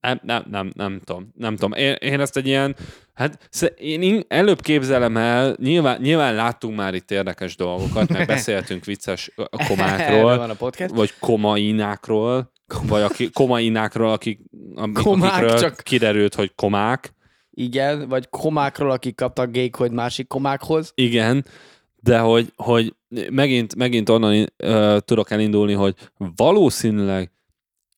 Speaker 2: Nem, nem, nem, nem tudom. Nem tudom. Én, én ezt egy ilyen, hát sze- én in- előbb képzelem el, nyilván, nyilván láttunk már itt érdekes dolgokat, meg beszéltünk vicces ö,
Speaker 1: Erről
Speaker 2: komákról,
Speaker 1: van a podcast.
Speaker 2: vagy komainákról, vagy aki, komainákról, akik, amik,
Speaker 1: Komák
Speaker 2: akikről
Speaker 1: csak.
Speaker 2: kiderült, hogy komák.
Speaker 1: Igen, vagy komákról, akik kaptak gék, hogy másik komákhoz.
Speaker 2: Igen, de hogy, hogy megint, megint onnan ö, tudok elindulni, hogy valószínűleg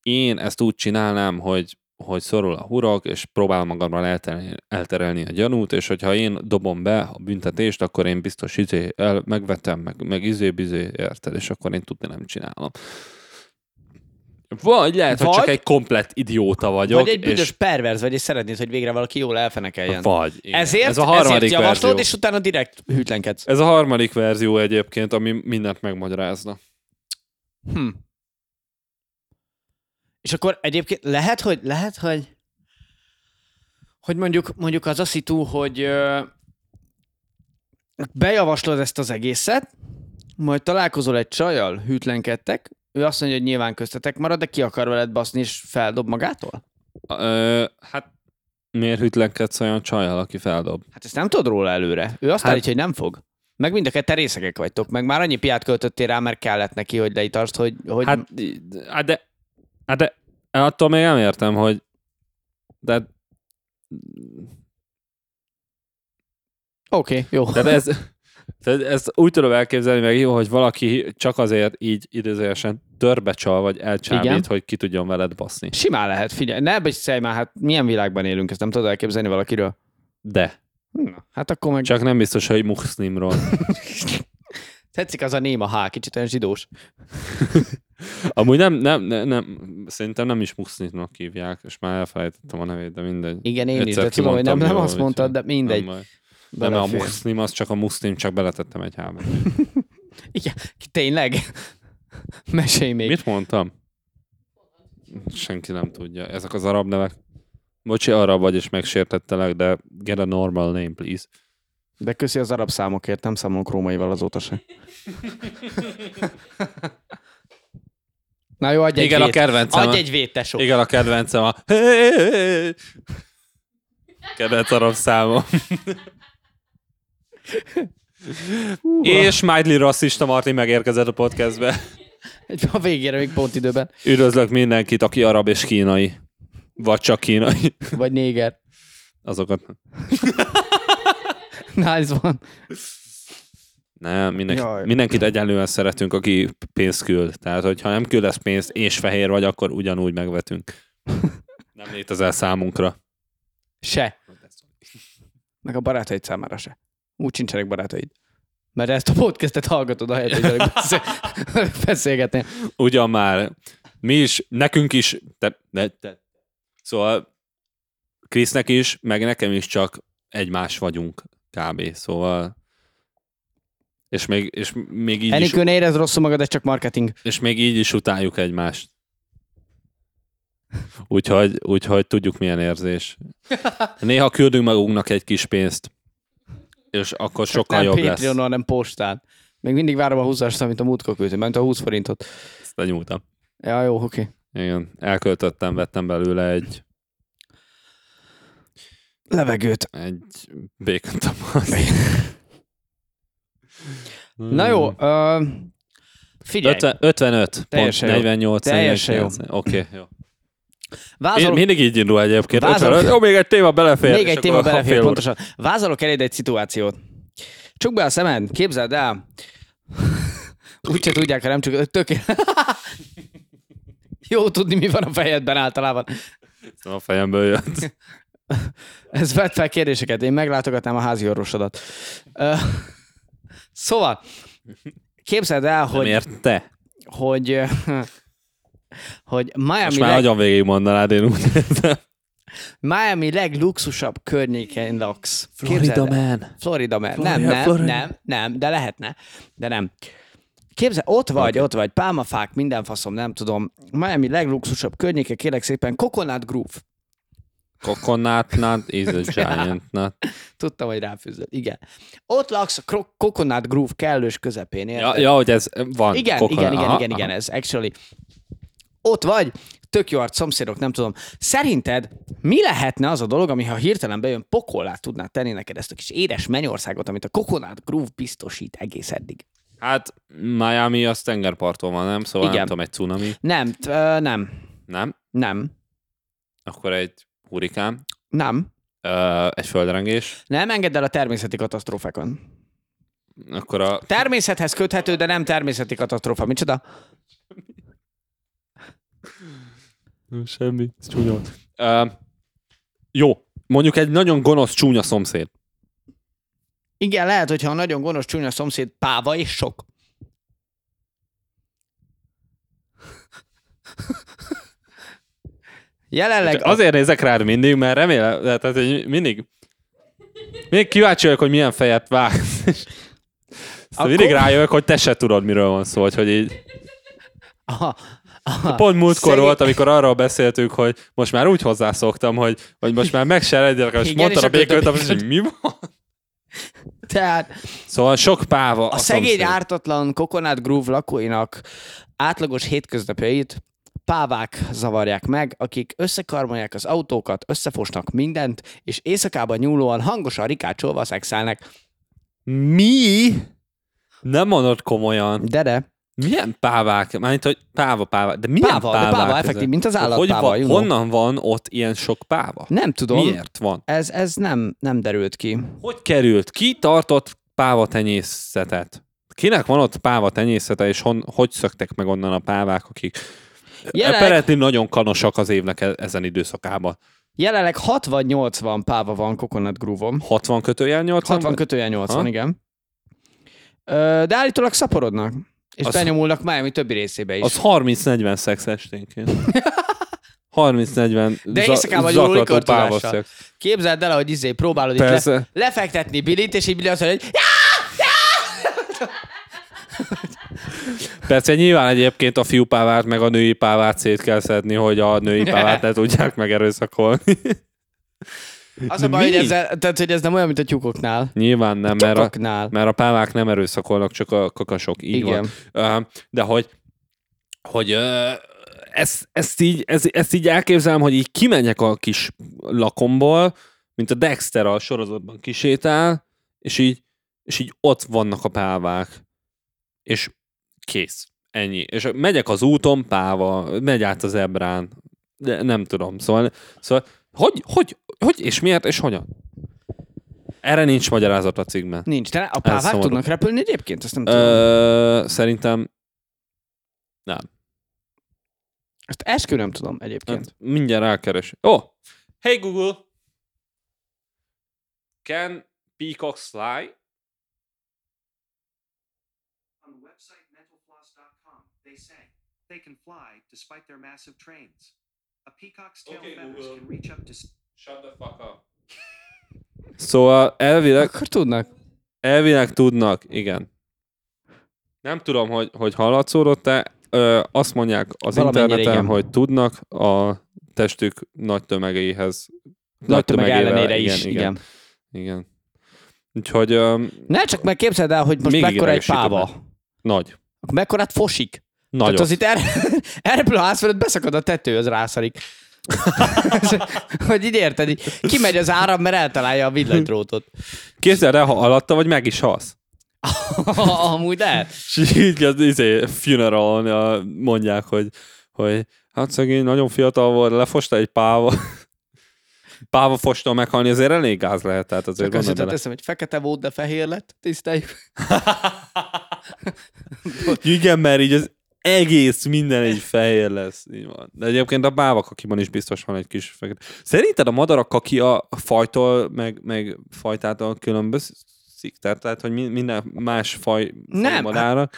Speaker 2: én ezt úgy csinálnám, hogy, hogy szorul a hurok, és próbálom magamra elterelni, elterelni a gyanút, és hogyha én dobom be a büntetést, akkor én biztos izé el, megvetem, meg, meg izé bizé, érted, és akkor én tudni nem csinálom. Vagy lehet, vagy, hogy csak
Speaker 1: Vagy-
Speaker 2: egy komplett idióta vagyok.
Speaker 1: Vagy egy büdös
Speaker 2: és
Speaker 1: perverz, vagy, és szeretnéd, hogy végre valaki jól elfenekeljen.
Speaker 2: vagy. igen.
Speaker 1: Ezért, ez a harmadik ezért javaslod, és utána direkt hűtlenkedsz.
Speaker 2: Ez a harmadik verzió egyébként, ami mindent megmagyarázna.
Speaker 1: Hm. És akkor egyébként lehet, hogy lehet, hogy hogy mondjuk, mondjuk az a szitu, hogy ö, bejavaslod ezt az egészet, majd találkozol egy csajjal, hűtlenkedtek, ő azt mondja, hogy nyilván köztetek marad, de ki akar veled baszni, és feldob magától?
Speaker 2: Ö, hát miért hűtlenkedsz olyan csajjal, aki feldob?
Speaker 1: Hát ezt nem tudod róla előre. Ő azt hát...
Speaker 2: Hát-
Speaker 1: állítja, hogy nem fog. Meg mind a ketten részegek vagytok, meg már annyi piát költöttél rá, mert kellett neki, hogy leitartsd, hogy, hogy
Speaker 2: Hát, hát de, hát de attól még nem értem, hogy de,
Speaker 1: oké, okay, jó.
Speaker 2: de ez, tehát ezt úgy tudom elképzelni meg jó, hogy valaki csak azért így idézőjesen törbecsal, vagy elcsábít,
Speaker 1: Igen.
Speaker 2: Igen. hogy ki tudjon veled baszni.
Speaker 1: Simán lehet, figyelj. Ne beszélj már, hát milyen világban élünk, ezt nem tudod elképzelni valakiről.
Speaker 2: De.
Speaker 1: Na, hát akkor meg... Csak...
Speaker 2: Csak nem biztos, hogy muszlimról.
Speaker 1: Tetszik az a néma H, kicsit olyan zsidós.
Speaker 2: Amúgy nem, nem, nem, nem, szerintem nem is muszlimnak hívják, és már elfelejtettem a nevét, de mindegy.
Speaker 1: Igen, én
Speaker 2: Egyszer
Speaker 1: is, de tudom, hogy nem, nem
Speaker 2: kimondtam
Speaker 1: azt
Speaker 2: jól,
Speaker 1: mondtad, de
Speaker 2: úgyhogy
Speaker 1: mindegy.
Speaker 2: Nem, baj. nem a
Speaker 1: Belefér.
Speaker 2: muszlim, az csak a muszlim, csak beletettem egy hábet.
Speaker 1: *laughs* Igen, tényleg. *laughs* Mesélj még.
Speaker 2: Mit mondtam? Senki nem tudja. Ezek az arab nevek. Bocsi, arab vagy, és megsértettelek, de get a normal name, please.
Speaker 1: De köszi az arab számokért, nem számolunk rómaival azóta
Speaker 2: *laughs*
Speaker 1: se. Na jó, adj egy
Speaker 2: Igen, a
Speaker 1: vét.
Speaker 2: kedvencem.
Speaker 1: Adj egy vét, tesó.
Speaker 2: Igen, a kedvencem a... Kedvenc arab számom. És Mildly rasszista Martin megérkezett a podcastbe.
Speaker 1: Egy a végére még pont időben.
Speaker 2: Üdvözlök mindenkit, aki arab és kínai. Vagy csak kínai.
Speaker 1: Vagy néger. *laughs*
Speaker 2: Azokat
Speaker 1: Nice van.
Speaker 2: nem, mindenki,
Speaker 1: Jaj.
Speaker 2: mindenkit egyenlően szeretünk, aki pénzt küld. Tehát, hogyha nem küldesz pénzt és fehér vagy, akkor ugyanúgy megvetünk. Nem létezel számunkra.
Speaker 1: Se. Meg a barátaid számára se. Úgy sincsenek barátaid. Mert ezt a podcastet hallgatod, ahelyett, hogy velük
Speaker 2: *laughs*
Speaker 1: beszél- beszélgetnél.
Speaker 2: Ugyan már, mi is, nekünk is, te, ne, te. szóval Krisznek is, meg nekem is csak egymás vagyunk kb. Szóval és még, és még így is
Speaker 1: Enikő, ne érezd rosszul magad, ez csak marketing.
Speaker 2: És még így is utáljuk egymást. Úgyhogy, úgyhogy tudjuk, milyen érzés. Néha küldünk magunknak egy kis pénzt, és akkor sokkal
Speaker 1: nem
Speaker 2: jobb lesz.
Speaker 1: Patreonon, hanem postán. Még mindig várom a 20-as, amit a múltkor küldtem, ment a 20 forintot.
Speaker 2: Ezt lenyúltam.
Speaker 1: Ja, jó, oké.
Speaker 2: Igen, elköltöttem, vettem belőle egy,
Speaker 1: Levegőt.
Speaker 2: egy bacon tamaszt. Hmm.
Speaker 1: Na jó, ö, figyelj,
Speaker 2: 50, 55, pont
Speaker 1: Teljesen jó.
Speaker 2: 48.
Speaker 1: Teljesen jó.
Speaker 2: 49. Oké, jó. Én
Speaker 1: vázolok,
Speaker 2: mindig így indul egyébként.
Speaker 1: Vázolok.
Speaker 2: 55, jó, még egy téma belefér.
Speaker 1: még
Speaker 2: és
Speaker 1: egy téma
Speaker 2: akkor fél
Speaker 1: belefér,
Speaker 2: óra.
Speaker 1: pontosan. Vázolok eléd egy szituációt. Csuk be a szemed, képzeld el. *laughs* Úgyse tudják, ha nem csak töké. *laughs* Jó tudni, mi van a fejedben általában.
Speaker 2: A fejemből jött.
Speaker 1: Ez vett fel kérdéseket, én meglátogatnám a házi orvosodat. Ö, *laughs* Szóval, képzeld el,
Speaker 2: Hogy...
Speaker 1: hogy,
Speaker 2: Miért te?
Speaker 1: hogy, ö, hogy Miami,
Speaker 2: Most már
Speaker 1: leg,
Speaker 2: nagyon végigmondanád, én úgy érzem.
Speaker 1: Miami legluxusabb környékén laksz. Képzeld el.
Speaker 2: man.
Speaker 1: Florida man.
Speaker 2: Florida,
Speaker 1: nem, nem,
Speaker 2: Florida.
Speaker 1: nem, nem, de lehetne, de nem. Képzel, ott vagy, okay. ott vagy, pálmafák, minden faszom, nem tudom. Miami legluxusabb környéke, kérlek szépen, Coconut Groove.
Speaker 2: Coconut
Speaker 1: *laughs*
Speaker 2: nut is a giant nut.
Speaker 1: Tudtam, hogy ráfűzöd. Igen. Ott laksz a Kro- Coconut Groove kellős közepén. Érted?
Speaker 2: Ja, ja, hogy ez eh, van.
Speaker 1: Igen,
Speaker 2: coconut.
Speaker 1: igen, igen,
Speaker 2: Aha,
Speaker 1: igen, igen, ez actually. Ott vagy, tök jó arc, szomszédok, nem tudom. Szerinted mi lehetne az a dolog, ami ha hirtelen bejön, pokollá tudná tenni neked ezt a kis édes mennyországot, amit a Coconut Groove biztosít egész eddig?
Speaker 2: aha. Hát Miami az tengerparton van, nem? Szóval
Speaker 1: Igen.
Speaker 2: nem tudom, egy cunami,
Speaker 1: Nem, t- ö, nem,
Speaker 2: nem?
Speaker 1: nem,
Speaker 2: Akkor egy hurikán,
Speaker 1: nem.
Speaker 2: ö, egy földrengés,
Speaker 1: Nem engedd el a természeti katasztrófákon.
Speaker 2: akkor a...
Speaker 1: Természethez köthető, de nem természeti katasztrófa. Micsoda?
Speaker 2: Semmi, ez csúnya ö, Jó, mondjuk egy nagyon gonosz, csúnya szomszéd.
Speaker 1: Igen, lehet, hogyha a nagyon gonosz csúnya szomszéd páva és sok. Jelenleg
Speaker 2: Csak azért nézek rád mindig, mert remélem, tehát hogy mindig, mindig kíváncsi vagyok, hogy milyen fejet vágsz. *laughs* Akkor...
Speaker 1: Akkor-
Speaker 2: Mindig rájövök, hogy te se tudod, miről van szó, hogy, hogy így.
Speaker 1: Aha, aha.
Speaker 2: Pont múltkor
Speaker 1: Szegény-
Speaker 2: volt, amikor arról beszéltünk, hogy most már úgy hozzászoktam, hogy, hogy most már meg se legyenek, és
Speaker 1: Igen,
Speaker 2: mondtad
Speaker 1: és
Speaker 2: a
Speaker 1: akkor
Speaker 2: békőt,
Speaker 1: többet-
Speaker 2: hogy mi van?
Speaker 1: Tehát
Speaker 2: Szóval sok páva a,
Speaker 1: a szegény
Speaker 2: szomszéd.
Speaker 1: ártatlan Coconut Groove lakóinak átlagos hétköznapjait pávák zavarják meg, akik összekarmolják az autókat, összefosnak mindent, és éjszakában nyúlóan hangosan rikácsolva szexelnek.
Speaker 2: Mi? Nem mondod komolyan.
Speaker 1: De de,
Speaker 2: Milyen pávák? Mármint, hogy páva, páva. De milyen
Speaker 1: Páva, de
Speaker 2: pávák?
Speaker 1: páva,
Speaker 2: ezek?
Speaker 1: effektív, mint az
Speaker 2: Hogy
Speaker 1: állatpáva,
Speaker 2: van,
Speaker 1: you know.
Speaker 2: honnan van ott ilyen sok páva?
Speaker 1: nem tudom,
Speaker 2: Miért van?
Speaker 1: ez, ez nem, nem derült ki.
Speaker 2: Hogy került? Ki tartott pávatenyészetet? Kinek van ott pávatenyészete, és hon, hogy szöktek meg onnan a pávák, akik
Speaker 1: Jelenleg-
Speaker 2: Jelenleg... Peretni nagyon kanosak az évnek e- ezen időszakában.
Speaker 1: Jelenleg 60-80 páva van Coconut Groove-on.
Speaker 2: 60 kötőjel 80?
Speaker 1: 60 kötője 80,
Speaker 2: Ha?
Speaker 1: igen. Ö, De állítólag szaporodnak. És
Speaker 2: Az-
Speaker 1: az... benyomulnak Miami többi részébe is.
Speaker 2: Az 30-40
Speaker 1: *laughs*
Speaker 2: szex esténként. 30-40
Speaker 1: De éjszakában jó
Speaker 2: zaklató
Speaker 1: likortudással.
Speaker 2: pávaszex.
Speaker 1: Képzeld el, hogy izé próbálod itt
Speaker 2: Persze.
Speaker 1: le, lefektetni Billit, és így Billy azt mondja, hogy "Ja!"
Speaker 2: Persze nyilván egyébként a fiú pávát meg a női pávát szét kell szedni, hogy a női pávát ne tudják megerőszakolni. *laughs*
Speaker 1: az a
Speaker 2: De
Speaker 1: baj, hogy
Speaker 2: mi?
Speaker 1: ez, tehát, hogy ez nem olyan, mint a tyúkoknál.
Speaker 2: Nyilván nem, mert a,
Speaker 1: Tyúkoknál.
Speaker 2: Mert a pávák nem erőszakolnak, csak a kakasok. Így
Speaker 1: Igen.
Speaker 2: van. Ö, De hogy, hogy ö, ezt, ezt, így, ez, ezt így elképzelem, hogy így kimenjek a kis lakomból, mint a Dexter a sorozatban kisétál, és így, és így ott vannak a pávák. És kész. Ennyi. És megyek az úton, páva, megy át az ebrán, de nem tudom. Szóval, szóval hogy, hogy, hogy, és miért, és hogyan? Erre nincs magyarázat a cikkben.
Speaker 1: Nincs. De a pávák
Speaker 2: szomorú.
Speaker 1: tudnak repülni egyébként? Ezt nem tudom.
Speaker 2: Ö, szerintem
Speaker 1: Ezt eskü nem tudom egyébként.
Speaker 2: hát, mindjárt rákeres. Ó! Oh. Hey Google! Can peacocks fly?
Speaker 4: On the website mentalfloss.com, they say they can fly despite their massive trains. A peacock's tail
Speaker 2: Okay,
Speaker 4: feathers
Speaker 2: Google.
Speaker 4: can reach up to. s-
Speaker 2: Shut the fuck up. Szóval elvileg,
Speaker 1: Akkor tudnak.
Speaker 2: elvileg tudnak, igen. Nem tudom, hogy, hogy hallatszódott-e. Ö, azt mondják az
Speaker 1: Valamennyire
Speaker 2: interneten,
Speaker 1: igen.
Speaker 2: hogy tudnak a testük nagy tömegéhez.
Speaker 1: Nagy tömeg
Speaker 2: tömegével,
Speaker 1: ellenére is. Igen.
Speaker 2: igen. igen. Úgyhogy öm,
Speaker 1: Ne csak meg képzeld el, hogy most
Speaker 2: Még
Speaker 1: mekkora egy
Speaker 2: idegesítőbb.
Speaker 1: páva.
Speaker 2: nagy.
Speaker 1: Akkor Mekkorát fosik.
Speaker 2: Nagyon.
Speaker 1: Tehát az itt er, *laughs* elrepül a ház fölött, beszakad a tető, az rászalik. *laughs* hogy így érted, így kimegy az áram, mert eltalálja a
Speaker 2: *laughs*
Speaker 1: villanydrótot.
Speaker 2: Képzeld el, ha alatta vagy, meg is halsz.
Speaker 1: Amúgy de.
Speaker 2: És így az izé, funeralon ö, mondják, hogy, hogy hát szegény, nagyon fiatal volt, lefosta egy páva. *laughs* Páva fostól meghalni azért elég gáz lehet, tehát azért
Speaker 1: Csak azt
Speaker 2: gondolj
Speaker 1: jutott
Speaker 2: bele.
Speaker 1: eszem, hogy fekete volt, de fehér lett. Tiszteljük.
Speaker 2: Igen, mert így az egész minden egy fehér lesz. Így van. De egyébként a báva kakiban is biztos van egy kis fekete. Szerinted a madarak kaki a fajtól, meg, meg fajtától különbözik? Tehát, tehát hogy mi- minden más faj, faj
Speaker 1: Nem,
Speaker 2: madára.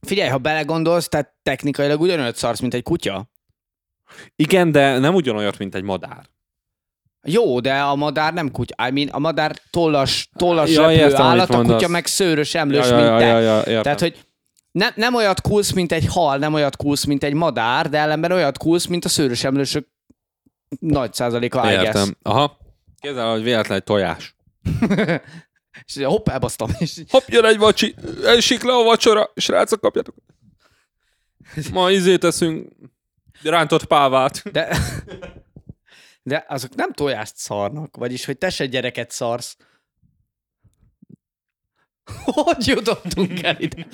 Speaker 1: Figyelj, ha belegondolsz, tehát technikailag ugyanolyan szarsz, mint egy kutya.
Speaker 2: Igen, de nem ugyanolyat, mint egy madár.
Speaker 1: Jó, de a madár nem kutya. I mean, a madár tollas, tollas
Speaker 2: Ja,
Speaker 1: ja, repülő
Speaker 2: értem, amit
Speaker 1: állat, a kutya
Speaker 2: mondasz.
Speaker 1: meg szőrös emlős, mint te. Tehát, hogy ne, nem olyat kulsz, mint egy hal, nem olyat kulsz, mint egy madár, de ellenben olyat kulsz, mint a szőrös emlősök nagy százaléka, I guess.
Speaker 2: Értem. Aha. Képzeld el, hogy véletlen egy tojás.
Speaker 1: És így, hopp, elbasztam. És így-
Speaker 2: Hopp, jön egy vacsi, elsik le a vacsora, srácok, kapjatok. Ma izét teszünk, rántott pávát.
Speaker 1: De, *laughs* de azok nem tojást szarnak, vagyis, hogy te se gyereket szarsz. *laughs* Hogy jutottunk el ide?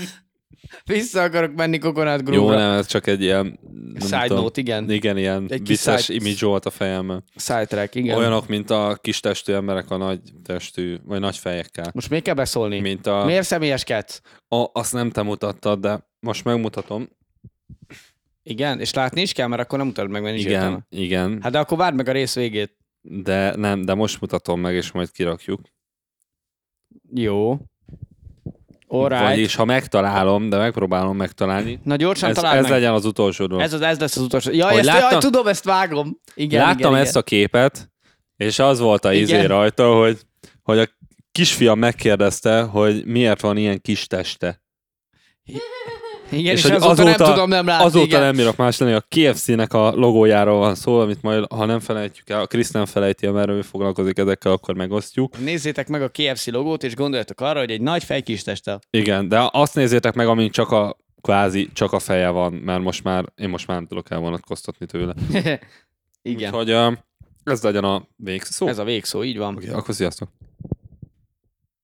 Speaker 1: Vissza akarok menni Coconut
Speaker 2: Jó,
Speaker 1: Groove-ra.
Speaker 2: nem, ez csak egy ilyen... nem
Speaker 1: Side
Speaker 2: tudom.
Speaker 1: note, igen.
Speaker 2: Igen, ilyen
Speaker 1: Egy kis
Speaker 2: vicces
Speaker 1: side-
Speaker 2: image volt a fejemben.
Speaker 1: Sidetrack, igen. Olyan...
Speaker 2: Olyanok, mint a kis testű emberek a nagy testű, vagy nagy fejekkel.
Speaker 1: Most még kell beszólni?
Speaker 2: Mint a...
Speaker 1: Miért személyeskedsz?
Speaker 2: a azt nem te mutattad, de most megmutatom.
Speaker 1: Igen, és látni is kell, mert akkor nem mutatod meg, mert nincs értelme.
Speaker 2: Igen, igen.
Speaker 1: Hát de akkor várd meg a rész végét.
Speaker 2: De nem, de most mutatom meg, és majd kirakjuk.
Speaker 1: Jó. Alright.
Speaker 2: Vagyis, ha megtalálom, de megpróbálom megtalálni.
Speaker 1: Na gyorsan
Speaker 2: Ez,
Speaker 1: találd
Speaker 2: ez
Speaker 1: meg.
Speaker 2: legyen az utolsó dolog.
Speaker 1: Ez, az, ez lesz az utolsó. Jaj,
Speaker 2: Ahogy
Speaker 1: ezt,
Speaker 2: láttam-
Speaker 1: jaj, tudom, ezt vágom. Igen,
Speaker 2: Láttam
Speaker 1: igen,
Speaker 2: ezt a képet, és az volt a izé
Speaker 1: Igen.
Speaker 2: rajta, hogy, hogy a kisfiam megkérdezte, hogy miért van ilyen kis teste.
Speaker 1: igen. igen és,
Speaker 2: hogy
Speaker 1: azóta, nem tudom nem látni.
Speaker 2: azóta
Speaker 1: igen.
Speaker 2: nem bírok más lenni. A KFC-nek a logójáról van szó, amit majd, ha nem felejtjük el, a Krisz nem felejti, el, mert ő foglalkozik ezekkel, akkor megosztjuk.
Speaker 1: Nézzétek meg a KFC logót, és gondoljatok arra, hogy egy nagy fej kis teste.
Speaker 2: Igen, de azt nézzétek meg, amint csak a kvázi csak a feje van, mert most már, én most már nem tudok elvonatkoztatni tőle.
Speaker 1: igen.
Speaker 2: Úgyhogy ö, ez legyen a végszó.
Speaker 1: Ez a végszó, így van.
Speaker 2: Oké, akkor sziasztok.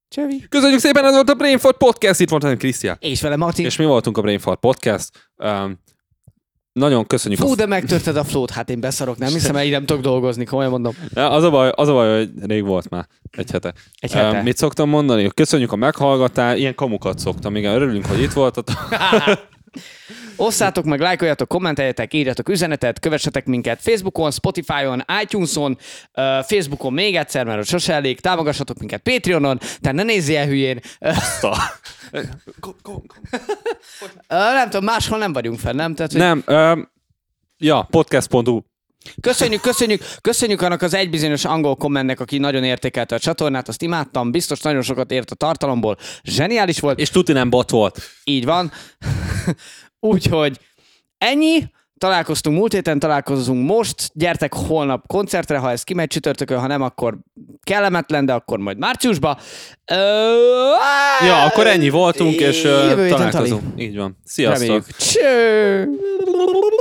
Speaker 1: Csevi.
Speaker 2: Köszönjük szépen, ez volt a Brainfart Podcast, itt volt velem Krisztián.
Speaker 1: És vele Martin.
Speaker 2: És mi voltunk a Brainfart Podcast. Um, nagyon köszönjük.
Speaker 1: Fú,
Speaker 2: a...
Speaker 1: de megtörted a flót, hát én beszarok, nem hiszem, el így nem tudok dolgozni, komolyan mondom.
Speaker 2: Ja, Az, a baj, az a baj, hogy rég volt már. Egy hete.
Speaker 1: Egy hete.
Speaker 2: Ö, mit szoktam mondani? Köszönjük a meghallgatást, ilyen kamukat szoktam. Igen, örülünk, hogy itt voltatok.
Speaker 1: Hát, Osszátok meg, lájkoljatok, kommenteljetek, írjatok üzenetet, kövessetek minket Facebookon, Spotify-on, iTunes-on, ö, Facebookon még egyszer, mert ott sose elég, támogassatok minket Patreonon, tehát ne nézzél hülyén. Ö,
Speaker 2: Kom- kom- kom.
Speaker 1: ö, nem tudom, máshol nem vagyunk fel, nem? Tehát, hogy
Speaker 2: Nem, um, ja, podcast.hu
Speaker 1: Köszönjük, köszönjük, köszönjük annak az egy bizonyos angol kommentnek, aki nagyon értékelte a csatornát, azt imádtam, biztos nagyon sokat ért a tartalomból, zseniális volt,
Speaker 2: És tuti nem bot volt.
Speaker 1: Így van. *laughs* Úgyhogy ennyi. Találkoztunk múlt héten, találkozunk most. Gyertek holnap koncertre, ha ez kimegy csütörtökön, ha nem, akkor kellemetlen, de akkor majd márciusba. Ö...
Speaker 2: Ja, akkor ennyi voltunk, és ö,
Speaker 1: Jövő héten
Speaker 2: találkozunk. Így van. Sziasztok.
Speaker 1: Reméljük. Cső!